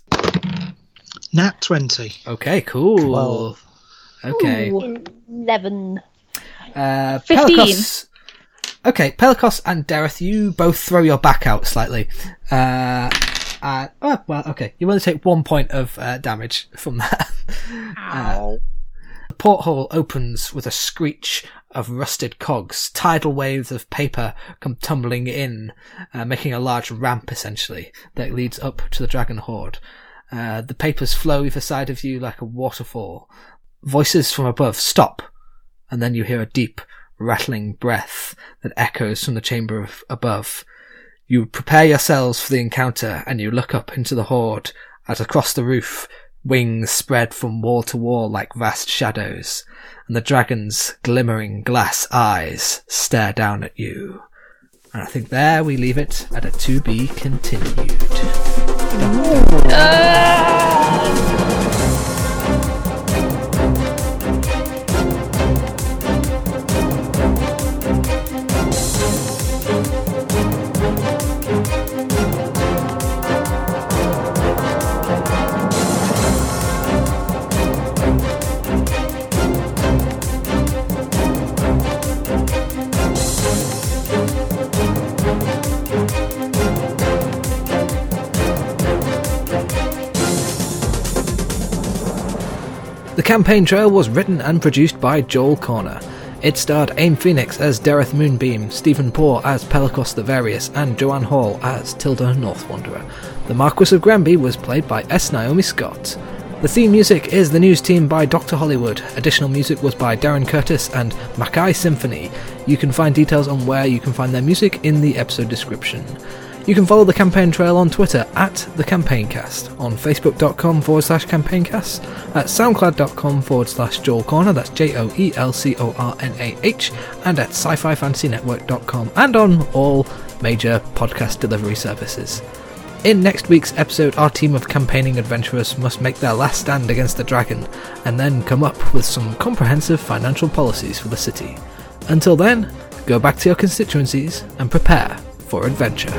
Speaker 3: Nat 20.
Speaker 1: Okay, cool.
Speaker 4: Twelve.
Speaker 1: Okay,
Speaker 5: Eleven.
Speaker 1: uh,
Speaker 8: Fifteen.
Speaker 1: Pelikos. Okay, Pelikos and Dareth, you both throw your back out slightly. Uh, uh, oh, well, okay, you only take one point of uh, damage from that. Uh, the porthole opens with a screech of rusted cogs. Tidal waves of paper come tumbling in, uh, making a large ramp essentially that leads up to the dragon horde. Uh, the papers flow either side of you like a waterfall. Voices from above stop and then you hear a deep, rattling breath that echoes from the chamber of- above. You prepare yourselves for the encounter, and you look up into the horde, as across the roof, wings spread from wall to wall like vast shadows, and the dragon's glimmering glass eyes stare down at you. And I think there we leave it at a to be continued. The campaign trail was written and produced by Joel Corner. It starred Aim Phoenix as Dareth Moonbeam, Stephen Poor as Pelikos the Various, and Joanne Hall as Tilda North Wanderer. The Marquis of Granby was played by S. Naomi Scott. The theme music is The News Team by Dr. Hollywood. Additional music was by Darren Curtis and Mackay Symphony. You can find details on where you can find their music in the episode description. You can follow the campaign trail on Twitter at the campaigncast, on facebook.com forward slash campaigncast, at soundcloud.com forward slash Joel Corner, that's J O E L C O R N A H, and at sci fi fantasy network.com, and on all major podcast delivery services. In next week's episode, our team of campaigning adventurers must make their last stand against the dragon and then come up with some comprehensive financial policies for the city. Until then, go back to your constituencies and prepare for adventure.